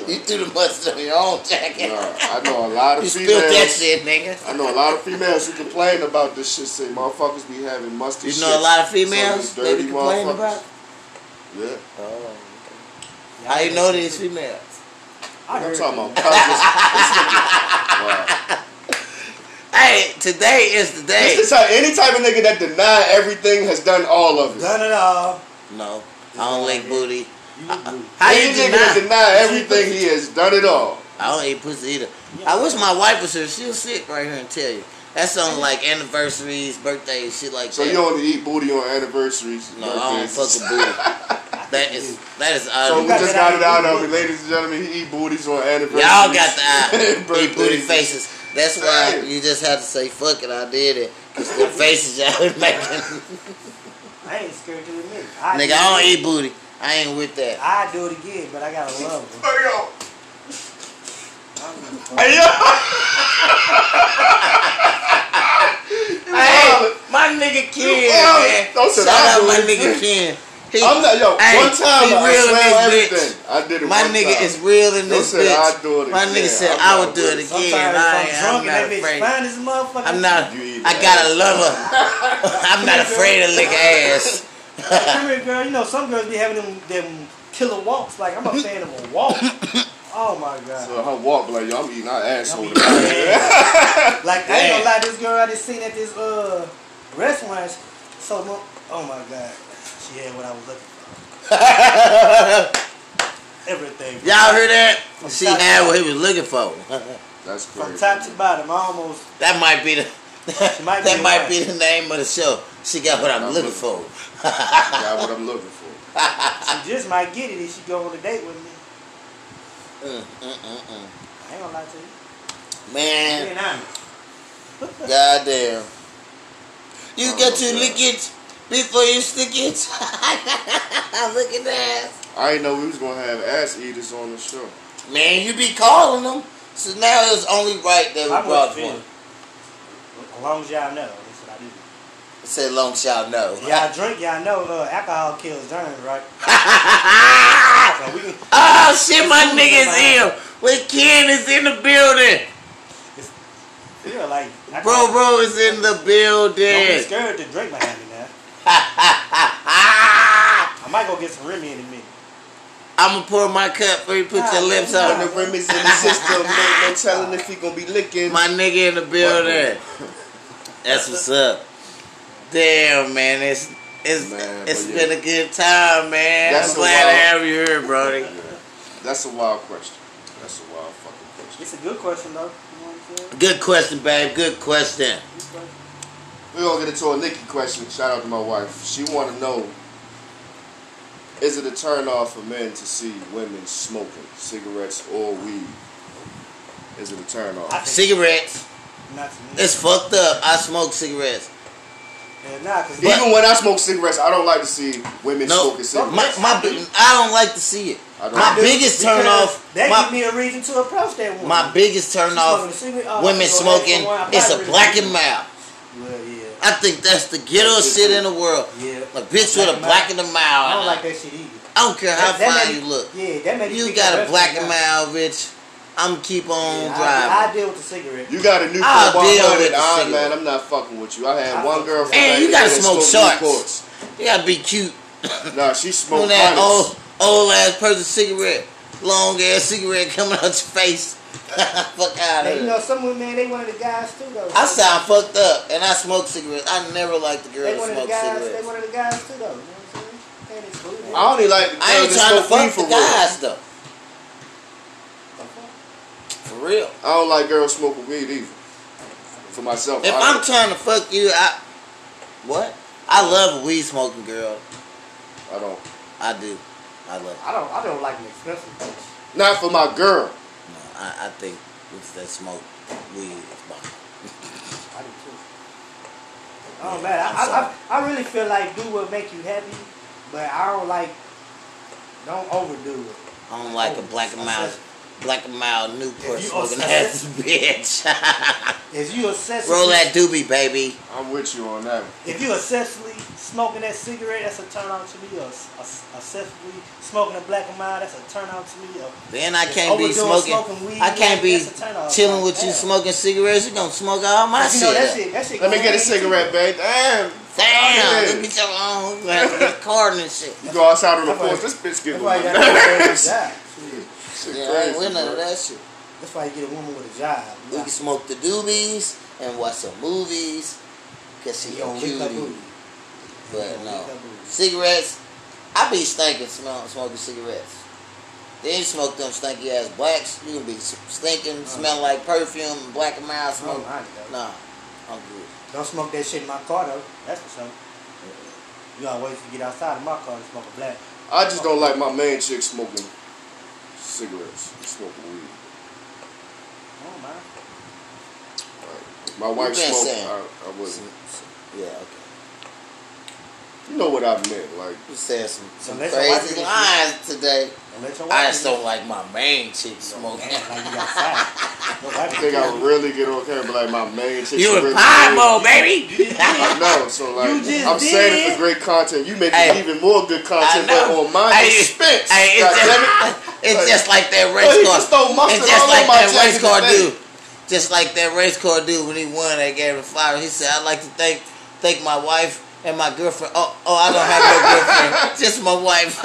you threw the mustard on your own jacket.
there. nah, I know a lot of
you spilled that
females.
shit, nigga.
I know a lot of females who complain about this shit. Say motherfuckers be having mustard.
You
shit.
know a lot of
these
females they
dirty
be complaining
motherfuckers.
about.
Yeah,
Oh, how you know these females?
I
I'm
heard
talking
you.
about cousins. wow.
Hey, today is the day.
This is how any type of nigga that deny everything has done all of it.
Done it all.
no, I don't lick booty.
You would do.
How you
Any nigga that
deny?
deny everything, he has done it all.
I don't eat pussy either. I wish my wife was here. She'll sit right here and tell you. That's on like anniversaries, birthdays, shit like
So
that.
you only eat booty on anniversaries.
no, I don't
birthdays.
fuck with booty. That is that is
So
ugly.
we
got
just
that
got it out
out
of
of
it, ladies and gentlemen. He eat booties on anniversaries.
Y'all got the eye.
Birthdays.
Eat booty faces. That's why
Damn.
you just have to say fuck it. I did it because the faces y'all are making.
I ain't scared to admit it. I
Nigga,
do
I
it.
don't eat booty. I ain't with that.
I do it again, but I gotta love her.
Hey yo,
I'm gonna-
hey yo,
Hey, my nigga Ken,
wild.
man.
Don't say
Shout
I
out
do
my
it.
nigga Ken. He,
I'm not yo.
Hey,
one time
he
I
real in this
slammed
bitch.
everything. I did it.
My
one
nigga
time.
is real in
Yo
this
said
bitch.
I'd do it
My
again.
nigga said
I'm
I
not
would do
with
it
Sometimes
again. I
if
ain't-
I'm
I'm not
drunk and that
afraid.
bitch fine as a motherfucker.
I'm not.
You eat
I gotta
ass.
love her. I'm not afraid to lick ass.
Come here, girl. You know some girls be having them, them killer walks. Like I'm a fan of a walk. Oh my god.
So her walk be like yo, I'm eating her asshole.
I'm eating- like I ain't gonna lie, this girl I just seen at this uh restaurant. So mo- oh my god, she had what I was looking for. Everything.
Y'all hear that? She had what he was looking for.
That's crazy.
From top to bottom, I almost
That might be the.
might
that
be
might
right.
be the name of the show. She got what I'm
I'm
looking
looking
for.
Got what I'm looking for.
she just might get it if she go on a date with me.
Mm, mm, mm, mm.
I ain't gonna lie to you.
Man,
Being honest.
goddamn. You
Oh,
got to
God.
lick it before you stick it. Look at that.
I didn't know we was gonna have ass eaters on the show.
Man, you be calling them. So now it's only right that we
I
brought
feel
one.
it. As long as y'all know, that's what I do.
It said long shall no.
Y'all drink, y'all know uh, alcohol kills germs, right? So we can,
oh shit, my nigga is ill. With Ken is in the building.
we are like, I
Bro, bro is in the
Don't be
building.
scared to drink behind me now. I might go get some Remy in a minute.
I'ma pour my cup for you. Put your lips
When
on.
the Ah, remix in the system, no, no telling if he gonna be licking.
My nigga in the building. That's what's up. Damn, man, it's it's
Man,
it's
but
been a good time, man.
That's
I'm
a
glad to
wild-
have you here, Brody.
That's a wild question. That's a wild fucking question.
It's a good question, though. You know what I'm saying?
Good question, babe. Good question.
Good question.
We're gonna get into a Nikki question. Shout out to my wife. She wanna know Is it a turn off for men to see women smoking cigarettes or weed? Is it a turn
I
off?
think
Cigarettes.
not to me.
It's fucked up. I smoke cigarettes.
yeah, nah, cause
But-
Even when I smoke cigarettes, I don't like to see women
No,
smoking
my,
cigarettes.
my I don't like to see it.
I don't
my
like
Because
biggest turn off-
That
my-
give me a reason to approach that woman. oh,
My biggest turn off: women smoking. It's a black and mild.
mild.
I think that's the ghetto shit in the world.
Yeah.
A bitch with a black and a mile.
I don't like that shit either.
I don't care how
That- that
fine
made-
you look.
Yeah, that makes
You got a black and mile, bitch. I'm keep on
I, I
driving.
deal with the cigarette.
You got a new
I'll deal with
100.
the
Ah,
cigarette.
man, I'm not fucking with you. I had
I-
one girl. from
And you
Atlanta
gotta
that
smoke
smoked
shorts. you gotta be cute.
Newports. Nah, she
On
smoked
that
Onyx.
old old ass person cigarette, long ass cigarette coming out your face. Fuck out
Now,
of
you
here.
know, some women, man, they one of the guys too, though.
I sound fucked up, and I smoke cigarettes. I never liked the girl
They
that
one of the
smoked
guys.
cigarettes.
They one of the guys too, though. You know what I'm saying? They ain't excluded.
I only like the girls
I ain't
that
trying to
smoke weed
fuck
for
the
real.
guys though. For real.
I don't like girls smoking weed either. For myself,
If
I
I'm
don't.
trying to fuck you, I what? I love a weed smoking girl.
I don't.
I do. I love.
I don't. I don't like an expensive bitch.
Not for my girl.
No, I, I think it's that smoke weed. is bomb.
I do too. Oh
Yeah,
man,
I'm
I, I, I I really feel like do what make you happy, but I don't like. Don't overdo it.
I don't like a black and mild, black and mild Newport
Oh, If you
smoking ass
obsessive-
bitch.
If you obsessively
Roll that doobie, baby.
I'm with you on that. one.
If you obsessively smoking that cigarette, that's a turn on to me. Or s- obs- obsessively smoking a black and mild, that's a turn on to me. Or
Then I can't be
overdoing
smoking.
weed,
I can't be
that's a turn off.
chilling with you
Damn.
smoking cigarettes. You gonna smoke all my
You
shit.
know, that
up.
shit, Oh, that shit
Let me
going
get a
in.
cigarette, babe. Damn.
Damn,
Yeah.
look at your own. You have to get carding and shit.
You go outside on the
That's why-
porch. This bitch
That's
getting
why
on
you
my
gotta get a
nerves.
woman with a job. Shit.
Shit
Yeah, I ain't
crazy,
with none
bro.
of that shit.
That's why you get a woman with a job.
We can smoke the doobies and watch some movies. Cause she
You
a
don't lick her
cutie.
booty.
But
You
no.
don't lick her booty.
Cigarettes, I be stinking smell, smoking cigarettes. Then you smoke them stinky ass blacks, you gonna be stinking, smell like perfume, and black and mild
Oh. I don't
smoke.
mind it, though.
Nah, I'm good.
Don't smoke that shit in my car though. That's for sure. You gotta wait till you get outside of my car and smoke a black.
I just don't like my man chick smoking cigarettes, smoking weed.
Oh man.
Like, my wife
been
smoked.
saying?
I, I wasn't.
Yeah, okay.
You know what I meant? Like
You said some,
So
some
let your wife
crazy
get-
lines today.
Don't let your wife.
I just don't like my main chick
smoke.
smoking.
Like you outside. Your wife
I think I would really get on camera, but like my man chick.
You in
really
pie
did.
mode, baby!
I know. So like,
You just
I'm saying
did.
it's for great content. You make
Hey.
even more good content,
I
but
know.
on my
Hey,
expense.
Hey, it's
God damn it.
just, it's just like that
Yo,
race
he
car.
just throw mustard
It's just
all
like
on my
that race
jacket
car
today.
dude. Just like that race car dude when he won that gave the flower. He said, I'd like to thank thank my wife and my girlfriend. Oh, oh I don't have no girlfriend. just my wife. you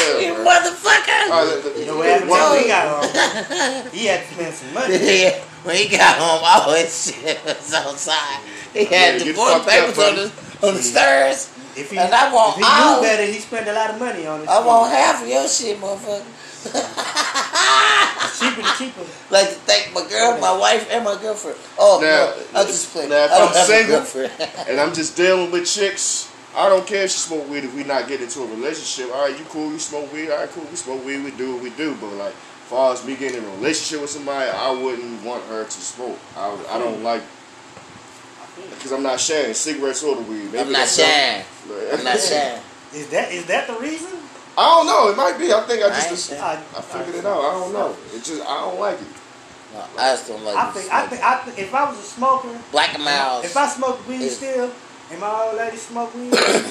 Yeah, man.
motherfucker.
All right, let-
You know what happened
one-
when he got home? He had to spend some money.
Yeah, when he got home, all his shit was outside. He had
Yeah, get
divorce
fucked up,
papers on the, on the stairs.
If he,
And I want
if he
all-
knew better, he spent a lot of money on it.
I want half of your shit, motherfucker.
Cheaper to cheaper.
like to thank my girl, my wife, and my girlfriend. Oh,
Now-
no, I just played.
now, if
I don't
I'm
have
single-
a girlfriend.
and I'm just dealing with chicks. I don't care if she smoke weed. If we not get into a relationship, all right, you cool. You smoke weed. All right, cool. We smoke weed. We do what we do. But like, as far as me getting in a relationship with somebody, I wouldn't want her to smoke. I, I
Mm.
don't like because I'm not sharing cigarettes or the weed. Maybe
I'm not
that's something-
shying. I'm not shying.
Is that is that the reason?
I don't know. It might be. I think I
I ain't
just
shy.
I,
I figured it out. I don't know. It just I don't like it.
No, I just don't like
I
you
think I
smoking.
think I think if I was a smoker,
Black and miles.
if I smoked weed
Yeah.
still, and my old lady smoked weed, yeah,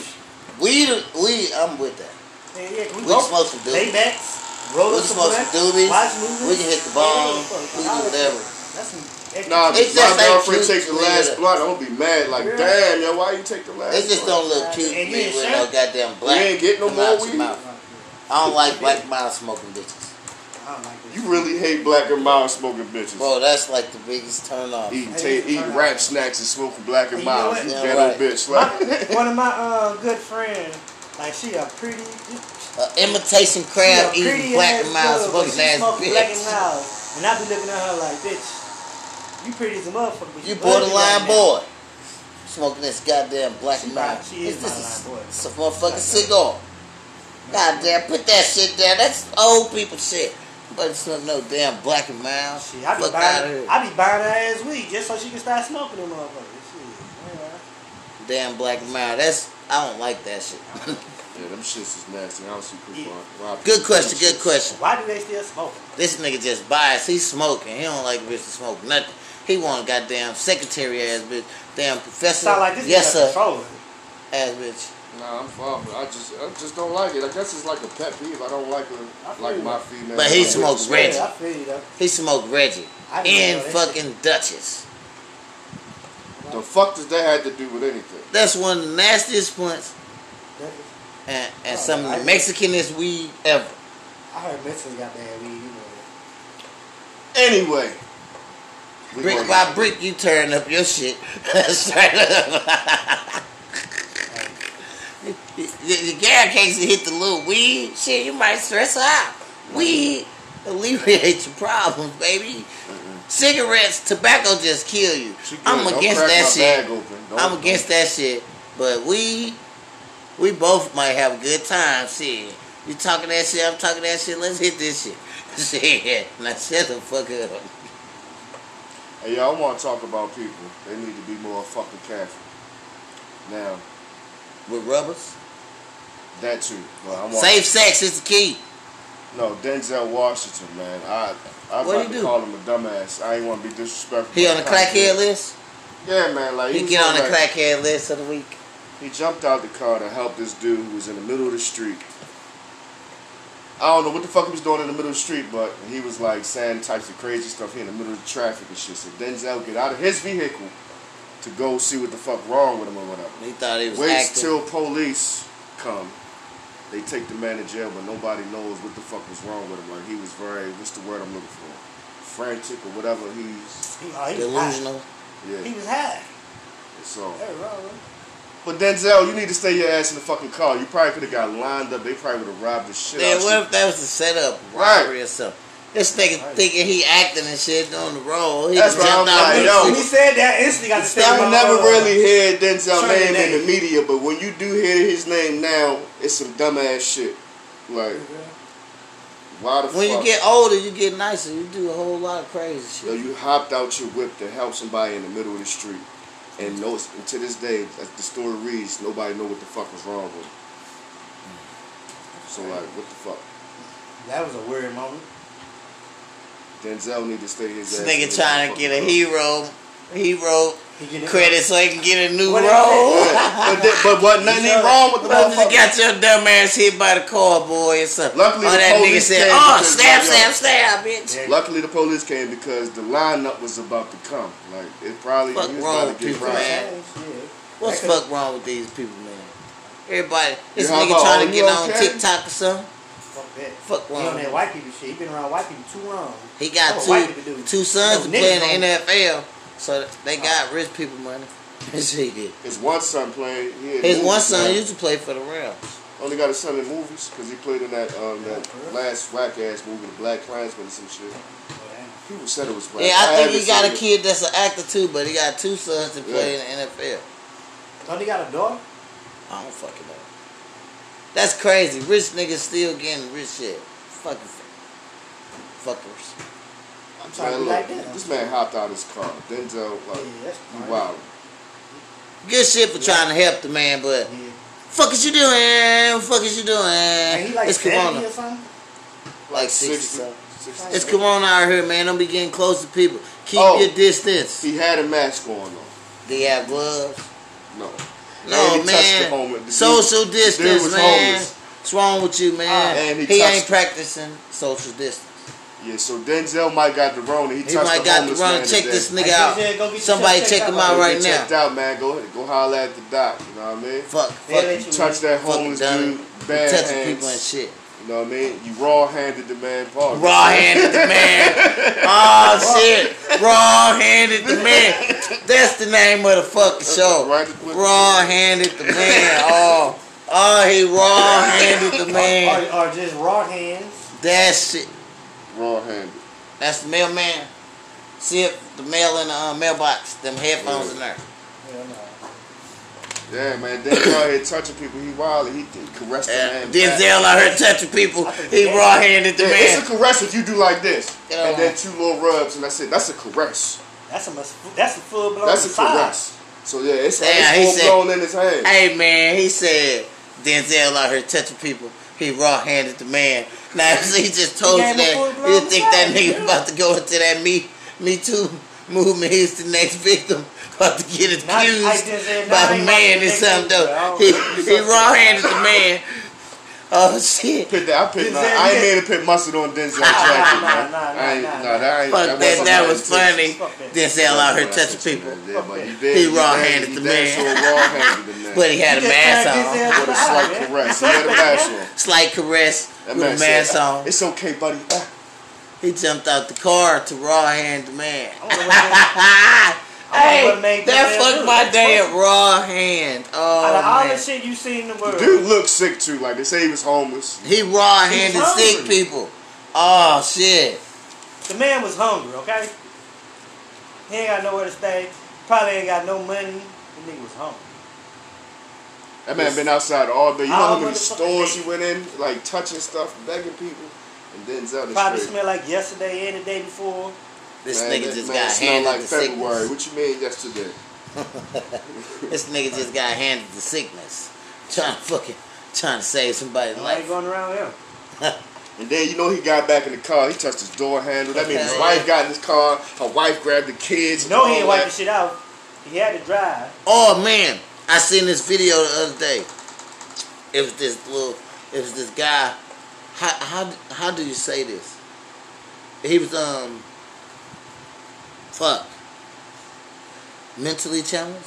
weed, weed, I'm with that.
yeah, we
We
go
can smoke some doobies.
laybacks, roll
We
up
can
some
smoke some
blunts,
doobies.
watch movies.
We can hit the ball.
Yeah, fuck,
We
all
can do
that
whatever.
shit. That's some extra
Nah,
It's just
if my
ain't
girlfriend
cute
takes the
to leave
last
it.
blunt, I'm gonna be mad. Like,
Yeah.
damn, yo, why you take the last?
It just don't
blunt?
look cute to
And
me
you ain't
with
shy?
no goddamn black.
You ain't getting no
come
more
out your
weed?
mouth. I don't like black miles smoking bitches.
I don't like this.
You really hate black and mild smoking bitches.
Bro, that's like the biggest turn off.
eating, ta-
Hey, it's
eating
fine.
rap snacks and smoking black and
You know
miles.
what?
You
Yeah,
ghetto
right.
bitch. Like,
my, one of my uh, good friends, like she a pretty,
Uh, imitation
she a
crab
pretty
eating black
ass
and miles
girl, but
smoking
she
ass
smoke black and
bitch.
mild, and I be looking at her like, bitch, you pretty as a motherfucker. but
You
ugly right
borderline
now."
boy. Smoking this goddamn black
She
and
my-
mild.
she
It's
is
just
my
a-
line boy. uh,
It's a motherfucking cigar. Goddamn, put that shit down. That's old people shit. But it's not no damn black and mild.
Oh, Shit, I be
Fuck out of
buying,
here.
I be buying her ass weed just so she can start smoking them motherfuckers. Shit, yeah.
Damn black and mild. That's I don't like that shit.
yeah, them shits is nasty. I don't see people.
Yeah.
Why people
Good question.
do
Good question.
Why do they still smoke?
This nigga just biased. He smoking. He don't like bitch to smoke nothing. He want a goddamn secretary ass bitch, damn professor.
Sound like this
yes
nigga
sir,
trolling.
ass bitch.
Nah, I'm fine, but I just I just don't like it. I guess it's like a pet peeve. I don't like a,
feel
like
you.
my female.
But he smokes
Yeah,
Reggie.
I feel you though.
He smoked Reggie
I didn't
and
know that
fucking Duchess.
The fuck does that have to do with anything?
That's one of the nastiest blunts
That-
and, and
Oh,
some of
I-
the Mexicanest weed ever.
I heard Mexicans got bad weed. You know. that.
Anyway, we
Brick
gonna-
by brick, you turn up your shit. Straight up. The- the gal can't hit the little weed shit. You might stress her out. Weed alleviates your problems, baby. Cigarettes, tobacco just kill you.
She good.
I'm
Don't
against
crack
that
my
shit.
Bag open. Don't-
I'm against that shit. But we, we both might have a good time. Shit, you talking that shit? I'm talking that shit. Let's hit this shit. Shit, now shut the fuck up.
Hey, y'all, I want to talk about people. They need to be more fucking careful. Now,
With rubbers,
that too. But I want
safe sex is the key.
no Denzel Washington, man. I I
What'd
like
he
to
do?
call him a dumbass. I ain't want to be disrespectful.
He on
but
the
I kinda
clackhead
did.
list.
Yeah, man. Like
He
was
get on the
like-
clackhead list of the week.
He jumped out the car to help this dude who was in the middle of the street. I don't know what the fuck he was doing in the middle of the street, but he was like saying types of crazy stuff here in the middle of the traffic and shit. So Denzel get out of his vehicle to go see what the fuck wrong with him or whatever.
He thought he was
Waits
acting.
till police come. They take the man to jail, but nobody knows what the fuck was wrong with him. Like he was very what's the word I'm looking for? Frantic or whatever he's
He, oh, he Was
delusional.
high.
yeah.
He was high.
So
That was wrong.
But Denzel, you need to stay your ass in the fucking car. You probably could have got lined up. They probably would have robbed the shit
Man,
out
what
of
if that was a setup,
Right.
robbery or something? This nigga
Right.
thinking he acting and shit on the road. He
That's
just
why
jumped
I'm
out.
like,
with
yo.
When he said that, instantly got to
you.
say,
You never really hear Denzel
Turn
name in
that name.
the media, but when you do hear his name now, it's some dumbass shit. Like, why the
When
fuck?
you get older, you get nicer. You do a whole lot of crazy
Yo,
shit.
you hopped out your whip to help somebody in the middle of the street, and no, and to this day, as the story reads, nobody know what the fuck was wrong with. Him. So like, what the fuck?
That was a weird moment.
Denzel need to stay his
This
ass. in
nigga
the
trying to
motherfucking
get a
car.
hero, hero
He get it.
credit so he can get a new
What
role.
But, but, but what nothing ain't wrong with the
Brothers, you
motherfucker.
got your dumb ass hit by the car, boy, or something.
Luckily,
oh,
the
that nigga
police
said,
came
"Oh,
because,
stab,
yo.
stab, stab, bitch."
Yeah.
Luckily, the police came because the lineup was about to come. Like it probably
Fuck
he was
wrong
about
with
to get
people,
robbed.
man. What's
That
the
could-
fuck wrong with these people, man? Everybody, this
how
nigga
about-
trying
oh,
to
you
get on
okay?
TikTok or something.
Fuck that.
Fuck
He
wrong.
on that white people shit. He been around white people too long.
He got
That's what
two
white people do.
two sons
Those
to
niggas
play in the
don't-
NFL, so they got rich people money. he did.
His one son played. He had
His one
movies,
son
man.
used to play for the Rams.
only got a son in movies because he played in that um, that
Yeah, bro.
last whack ass movie, The Black Klansman, or some shit. People said it was black.
yeah, I, think
haven't
he got
seen
a
it.
kid that's an actor too, but he got two sons to play in the NFL.
Don't he got a daughter?
I don't fucking know. That's crazy. Rich niggas still getting rich shit. Fucking fuckers.
I'm trying
Man,
to be
look,
like that.
this man hopped out his car. Denzel,
Yeah,
like,
that's fine.
he wild.
Good shit for trying to help the man, but
Yeah.
fuck is you doing? Fuck is you doing?
And he like
it's
70
Corona.
or something?
Like 60 something.
60.
It's Corona out here, man. Don't be getting close to people. Keep
Oh.
your distance.
He had a mask on though.
Do you have gloves?
No.
No,
And he touched the
Oh, man.
homeless. The dude-
Social distance,
was
man.
homeless.
What's wrong with you, man?
Ah, and he
he ain't
touched-
practicing social distance.
Yeah, so Denzel might got the Rona. He,
He
touched
might
the
got the
homeless
run.
man
Check
today.
this
Like
nigga
he
out.
said, go get
Somebody
yourself
check
checked
him
out.
out
Go
right
get
now.
checked out, man. Go go holler at the doc. You know what I mean?
Fuck,
Yeah,
fuck.
they
You touch that
Fuck
homeless
dummy.
dude, bad
touching
hands.
people and shit.
You know what I mean? You raw handed the man, Paul.
Raw handed the man. Oh shit. Raw handed the man. That's the name of the fucking show.
Right to put-
Raw handed the man. Oh, oh, he raw handed the man.
Or, or, or just raw hands.
That shit.
Raw handed.
That's the mailman. See if the mail in the uh, mailbox. Them headphones in there.
Yeah, no.
Yeah, man. Denzel out here touching people. He wild. and He did caress the man.
And
back.
Uh, Denzel out here touching people. He raw handed the
Yeah,
man.
it's a caress if you do like this,
Get
and
on.
then two little rubs, and that's it. That's a caress.
That's a mus- that's a full blown.
That's a
massage.
caress. So yeah, it's,
Yeah, he
it's
said-
full blown in his hand.
Hey man, he said Denzel out here touching people. He raw handed the man. Now if he just told
He
you
gave him a
that.
full-blown
You think that
massage,
nigga
yeah.
about to go into that me me too movement is the next victim about to get accused
Now, I just said, now
by
they
a
about to
man
be
or
next
something.
victim,
Though.
bro.
He, he wrong-handed the man. Oh shit!
Put that, I put.
Denzel
Nah, I ain't
did-
made to put mustard on Denzel Jackson.
nah,
man.
nah,
I ain't,
nah,
nah, that ain't.
Fuck that.
wasn't my
That was
intention.
funny.
Fuck that.
Denzel out here
That's
touching
what you
people,
did, but
Fuck
you
that.
did-
He
you
raw-handed
did-
the
you did
man.
show raw-handed the man.
but he had a
Just turned
mask
Denzel
on.
with a slight
out, man.
caress. He had a mask on.
Slight caress
That
with a
man
mask
said,
on.
It's okay, buddy. Ah,
He jumped out the car to raw hand the man.
wonder what made- I wonder
hey,
what made
that
Denzel
fucked
do
my
it.
day at raw hand.
Out of
Oh
all the
man.
shit you seen in the world,
Dude looked sick too. Like they say he was homeless.
He raw handed
He's
sick
hungry.
people. Oh shit.
the man was hungry. Okay, he ain't got nowhere to stay. Probably ain't got no money. The nigga was hungry.
That man been outside all day. You know
All
how many
motherfucking
stores
day.
he went in, like touching stuff, begging people, and then Zelda
Probably
straight.
smelled like yesterday and the day before.
This
Man,
nigga
that
just
man
got
smell
handed
like
the
February.
sickness.
What you mean yesterday?
This nigga just got handed the sickness. Trying to fucking trying to save somebody's
I ain't
life.
going around him.
And then you know he got back in the car. He touched his door handle. That means his
Okay.
wife got in his car. Her wife grabbed the kids. and
No,
all
he ain't wiping
that.
shit out. He had to drive.
Oh man, I seen this video the other day. It was this little, it was this guy. How how how do you say this? He was um, fuck, mentally challenged,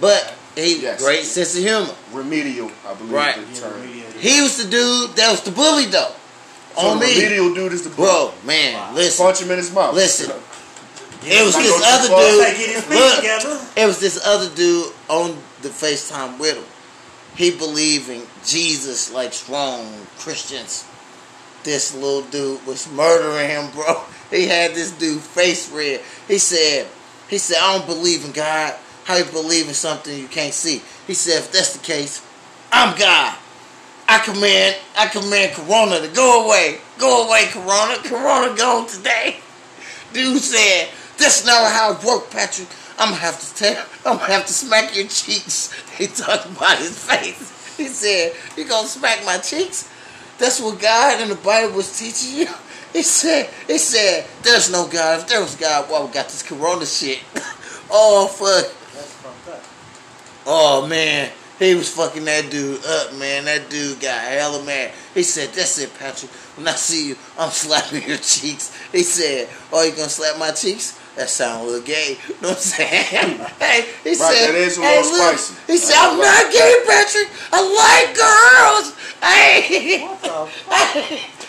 but he
Yes.
great sense of humor.
Remedial, I believe
Right.
the term.
He was the dude that was the bully though.
So
on
the
me,
remedial dude is the
bro, man,
Wow.
listen,
Punch him in his mouth.
listen. It was
Like,
this
go to
other
the bar.
dude.
Like, get his feet
Look,
together.
It was this other dude on the FaceTime with him. He believed in Jesus like strong Christians. This little dude was murdering him, bro. He had this dude face red. He said, he said, I don't believe in God. How you believe in something you can't see? He said, if that's the case, I'm God. I command, I command Corona to go away. Go away, Corona. Corona gone today. Dude said, "That's not how it worked, Patrick. I'm gonna have to tell. I'm gonna have to smack your cheeks." He talking about his face. He said, "You gonna smack my cheeks? That's what God in the Bible was teaching you." He said, "He said there's no God. If there was God, why we got this Corona shit? oh fuck.
That's fucked up.
Oh man." He was fucking that dude up, man. That dude got hella mad. He said, That's it, Patrick. When I see you, I'm slapping your cheeks. He said, Oh, you gonna slap my cheeks? That sound a little gay. You know what I'm saying? hey, he
Right,
said,
that is a
hey,
little
look.
spicy.
He said, I'm not gay, Patrick. I like girls. Hey,
What the fuck?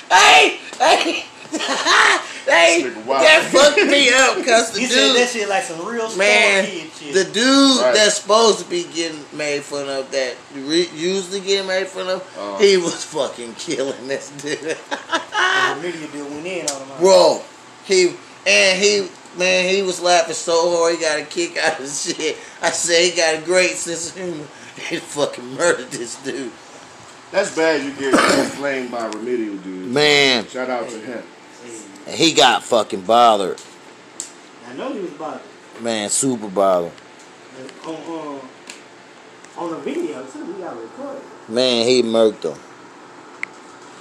hey, hey, hey. hey,
This nigga wild.
that fucked me up because the
He said
dude
that shit like some real store
Man,
kid shit.
the dude
Right.
that's supposed to be getting made fun of, that re- usually getting made fun of,
Uh.
he was fucking killing this dude,
And the media dude went in on him.
bro. He and he, man, he was laughing so hard he got a kick out of shit. I say he got a great sense of humor. He fucking murdered this dude,
That's bad. You get flamed by remedial dude.
man.
Shout out to him.
He got fucking bothered,
I know he was bothered.
man, super bothered,
On, on, on the video, too, we got recorded.
man. He murked him.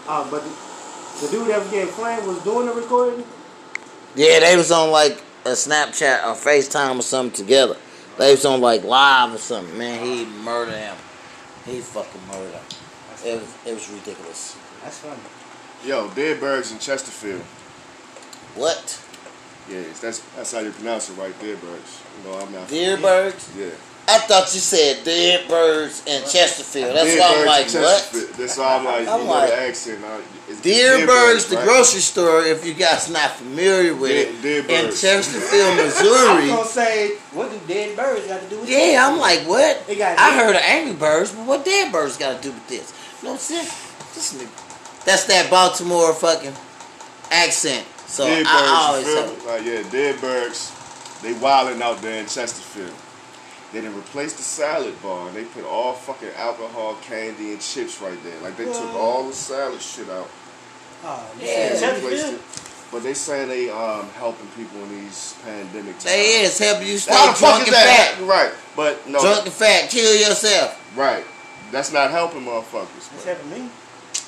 Uh, but the, the dude that was getting flamed was doing the recording?
Yeah, they was on like a Snapchat or FaceTime or something together. They was on like live or something. Man, he murdered him. He fucking murdered him.
That's,
It was it was ridiculous.
that's funny.
Yo, dead birds in Chesterfield.
What?
Yes, that's that's how you pronounce it right there, birds. You know, I'm not.
Deer birds?
yeah.
I thought you said dead birds in Chesterfield. That's
Dead
why I'm like,
birds in
what?
Chesterfield. That's why I'm like,
I'm
you
like,
know the accent. I, it's
Deer birds, the
right?
grocery store. If you guys not familiar with it,
Deer- Deer
in
Birds.
Chesterfield,
I was
Missouri.
gonna say, what do dead birds got to do with
Yeah, I'm like, what?
They got
I
dead-
heard of Angry Birds, but what dead birds got to do with this? You know what I'm saying? This nigga. That's that Baltimore fucking accent. So
Dead birds.
I
you
always
feel
say,
me? like, yeah, dead birds. They wilding out there in Chesterfield. They done replaced the salad bar and they put all fucking alcohol, candy, and chips right there. Like they took
What?
all the salad shit out.
Oh,
Yeah.
yeah.
and replaced it. But they saying they um helping people in these pandemic times.
they is helping you stay
How the fuck
drunk
is
and
that?
fat.
happening? Right. But no,
Drunk and fat, kill yourself.
right. That's not helping motherfuckers. But
That's happened to me.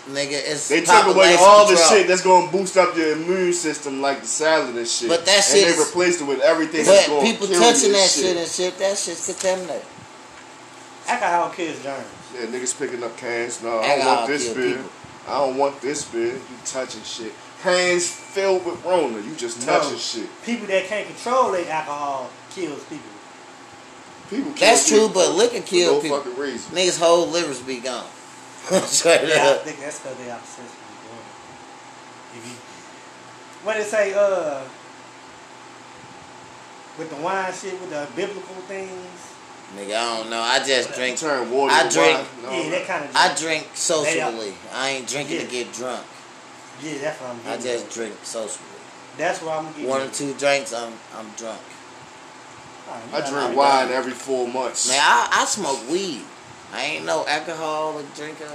nigga. It's
They took away all the
population
shit that's gonna boost up your immune system, like the salad and shit.
But that shit
and they
is-
replaced it with everything. that's
control.
gonna
But people
kill
touching
you and
that shit. and shit, that shit's contaminated.
Alcohol kills germs.
Yeah, niggas picking up cans. No, I don't
Alcohol
want this
kill
beer.
people.
I don't want this beer. You touching shit. Hands filled with Rona. You just
No.
touching shit.
People that can't control their alcohol kills people.
People. Kill
That's
people
true, but liquor
for
kill
no
people.
fucking reason.
Niggas' whole livers be gone. Straight
Yeah, I
up.
think that's because they obsessed with doing it. If you, what they say, uh, with the wine shit, with the biblical things,
Nigga, I don't know. I just
You
drink.
turn water.
I
to
drink-
wine. No,
yeah, that kind of.
I drink socially. I ain't drinking to
Yeah.
get drunk.
yeah, that's what I'm
I
getting.
just
at.
drink socially.
That's what I'm getting.
One or
at.
two drinks, I'm I'm drunk.
Alright, you
I
got
drink
it.
wine every four months.
Man, I, I smoke weed. I ain't no alcoholic drinker.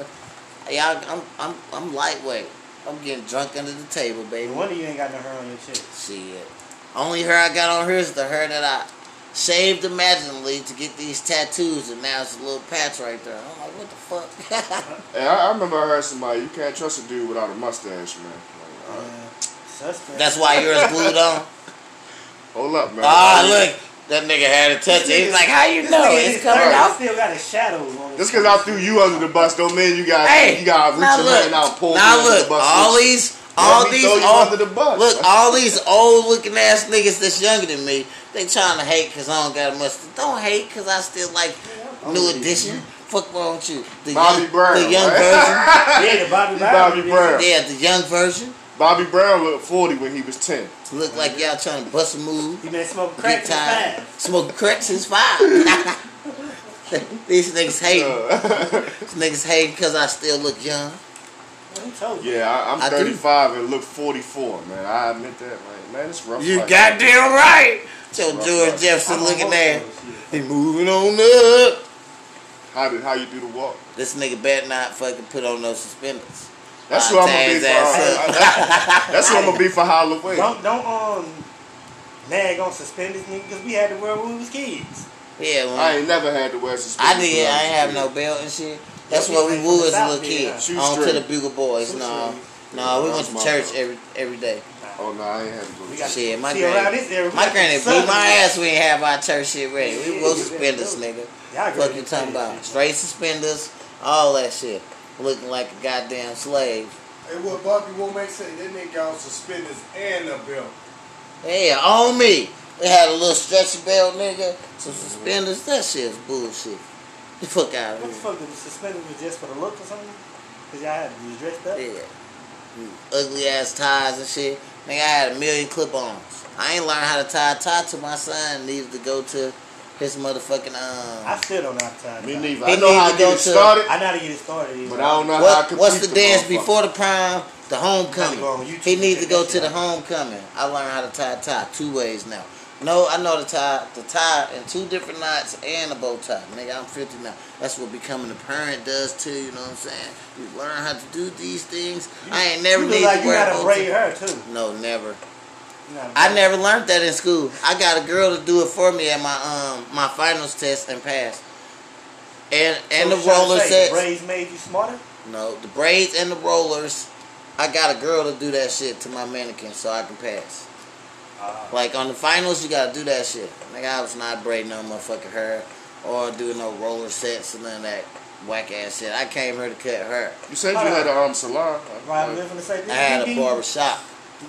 Yeah, I- I'm I'm I'm lightweight. I'm getting drunk under the table, baby.
No wonder you ain't got no hair on your chest.
Shit. Only hair I got on here is the hair that I shaved imaginally to get these tattoos, and now it's a little patch right there. I'm like, what the fuck?
And I, I remember I heard somebody. You can't trust a dude without a mustache, man. Like, all right.
Yeah. Suspect.
That's why yours glued on.
Hold up, man.
Ah, look. That nigga had a touch.
This
He's
nigga-
like, how you
This
know?
nigga
It's
is
coming
thirty,
out.
Still got his shadows on. his
Just because I
face.
throw you under the bus don't mean you got
Hey,
you got to reach
now
your
look,
hand out and pull
now
me under
look,
the bus.
all these, all
Let me throw
these,
you
all,
under the bus.
look, all these old looking ass niggas that's younger than me, they trying to hate because I don't got a mustache. Don't hate because I still like New Edition. Fuck wrong with you? The
Bobby
young,
Brown,
the young
right?
version.
Yeah, the Bobby Brown.
Bobby
bitch.
Brown.
yeah, the young version.
Bobby Brown looked forty when he was ten.
Look like y'all trying to bust a move.
He been smoking crack
Big
for
time.
five.
Smoke cracks since five. these niggas hating.
Uh,
These niggas hating because I still look young.
Well, he told you.
yeah, I, I'm
I do.
35 and look 44, man. I admit that. Like, man, it's rough.
You
life.
goddamn right. So
Rough
George
life.
I'm
Jefferson
on
looking
both
there.
of those shit.
He moving on up.
How did how you do the walk?
This nigga better not fucking put on those suspenders.
That's
Uh,
who I'm gonna
tear
be
his
for.
ass up.
uh, that- that's who I'm gonna be for Halloween.
Don't don't um nag on suspenders nigga because we had to wear when we was kids.
Yeah, when
I
I,
ain't never had to wear suspenders.
I did. I ain't have no belt and shit. That's
Yeah,
what we
like
woo
from
as
the
a
South,
little
yeah.
kid.
Shoe
On to
string.
the Bugle Boys.
Shoe
No,
string.
no, we
Yeah,
went
that's
to
my
church
belt.
every every day.
Oh no, I ain't had to go.
We
to
got
church.
Shit, my
see around
granny,
this area. we
my
got
granny
the
blew
sun.
my ass. We ain't have our church shit ready. We
Yeah,
wore
you
suspenders,
better
nigga.
Y'all
Fuck you talking about? Straight suspenders, all that shit. Looking like a goddamn slave.
Hey, what Bobby Womack said, that nigga got on suspenders and a belt.
Yeah, on me. They had a little stretchy belt, nigga. Some suspenders. That shit's bullshit. The fuck out
What the
of
fuck? The suspenders was just for the look or something? Cause y'all had to be dressed up.
here. Yeah. Ugly ass ties and shit. Nigga, I had a million clip-ons. I ain't learned how to tie a tie to my son. Needed to go to his motherfucking
I
um.
still don't know how to tie. a
Me
tie.
neither.
He
I know
need
how
to
to
go
get it
to-
started,
I know how to get it started. either.
but I don't know how I
What,
compete
what's the dance
motherfucker.
before the prime? The homecoming.
Go on YouTube
He needs
and
to go
check
to the
that shit
homecoming. I learned how to tie a tie two ways now. No, I know the tie, the tie, and two different knots and a bow tie. Nigga, I'm 50 now. That's what becoming a parent does too. You know what I'm saying? You learn how to do these things. I ain't never
You look
need
like
to
you
wear a
got
bow
to
tie.
braid her too.
No, never.
You gotta
I
braid-
never learned that in school. I got a girl to do it for me at my um my finals test and pass. And and the
So what you trying to
roller
say, the
sets.
Braids made you smarter.
No, the braids and the rollers. I got a girl to do that shit to my mannequin so I can pass.
Uh,
Like on the finals, you gotta do that shit. Nigga, I was not braiding no motherfucking hair or doing no roller sets and none of that whack ass shit. I came here to cut hair.
You said you had an arm salon.
Right,
uh,
I'm living the same.
I had a
Didn't-
barber shop.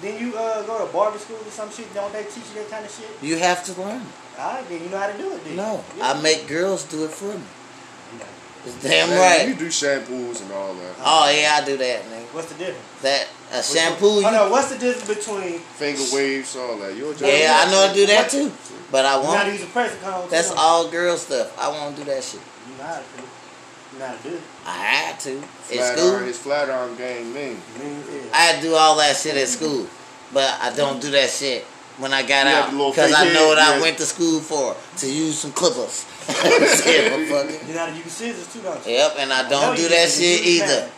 Didn't you uh, go to barber school or some shit? Don't they teach you that kind of shit?
You have to learn.
All right, then you know how to do it. Then.
No,
Yeah.
I make girls do it for me.
No.
It's damn
Man, You
right.
do shampoos and all that.
Oh yeah, I do that, nigga.
What's the difference?
That a shampoo.
Oh
You,
no, what's the difference between
Finger waves, all that. You're a job.
yeah, I know I do that too, but I
you know how to
won't.
use a pressing cone?
That's
too?
all girl stuff. I won't do that shit.
You know how to do. it. You know how to do it.
I had to.
Flat
At
iron,
school.
his flat arm game mean.
You mean, yeah.
I had to do all that shit at school. But I don't do that shit when I got
You had
out.
the little
Because
fake
I know what
head,
I
yeah.
went to school for. To use some clippers. Shit, motherfucker.
You know how to use scissors too, don't you?
yep, and I
No,
don't
you
do that
didn't.
shit
You did
either.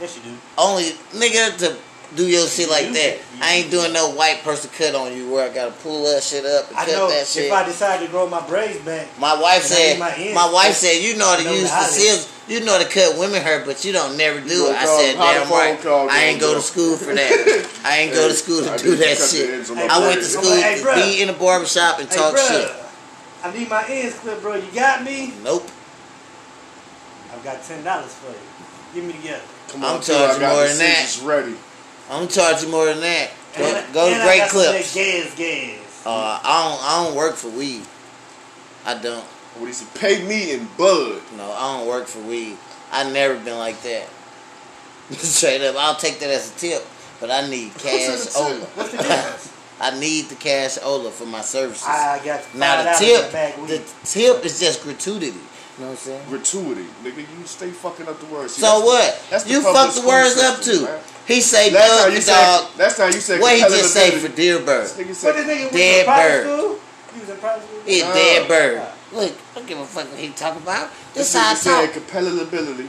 Yes, you do.
Only, nigga, the do your shit like
You-
that. I ain't doing no white person cut on you where I gotta pull that shit up and
I
cut
know
that
if
shit.
I decide to grow my braids back,
my wife
and I
said,
need my ends,
my wife said, you know to
know
use
how
the
to-
scissors, you know to cut women hair, but you don't never do
You
it. I
gonna
said,
call- how the
damn
phone
right,
call
I ain't
gonna
go to
go?"
school for that. I ain't go to school to
I
do
need
that
cut the
shit.
ends on
Hey,
my
I went to
braids.
bruh.
school
Hey,
to
bruh.
be in a barbershop and
hey,
talk
bruh,
shit.
I need my ends clipped, bro. You got me?
Nope.
I've got ten dollars for you. Give me together.
Come
I'm
on, too,
charging
I got
more
the
than that.
scissors ready.
I'm gonna charge you more than that. Go,
And-
go to
and I
great
got some of that
clips.
Gas, gas.
Uh, I don't. I don't work for weed. I don't.
What he said, pay me in bud.
No, I don't work for weed. I never been like that. Straight up, I'll take that as a tip, but I need cash
What's in a tip?
ola.
What's the difference?
I need the cash ola for my services.
I got five
now the
dollars in
tip,
the back week.
the tip is just gratuity. You know what I'm saying?
Gratuity. Nigga, you stay fucking up the words. See,
so
that's the-
what?
that's the
you
public
fuck the
school
words up
system,
too.
man.
He say
Last time
dog
you
the
said,
dog.
last time you said,
What he just say
competitive
for deer bird?
ability. This nigga
What
said,
this nigga
Dead
went to
bird.
private school? He was in private school.
He a
Oh.
dead bird. Look, I don't give a fuck what he talk about. This
this
how I
nigga said
talk.
competitive ability.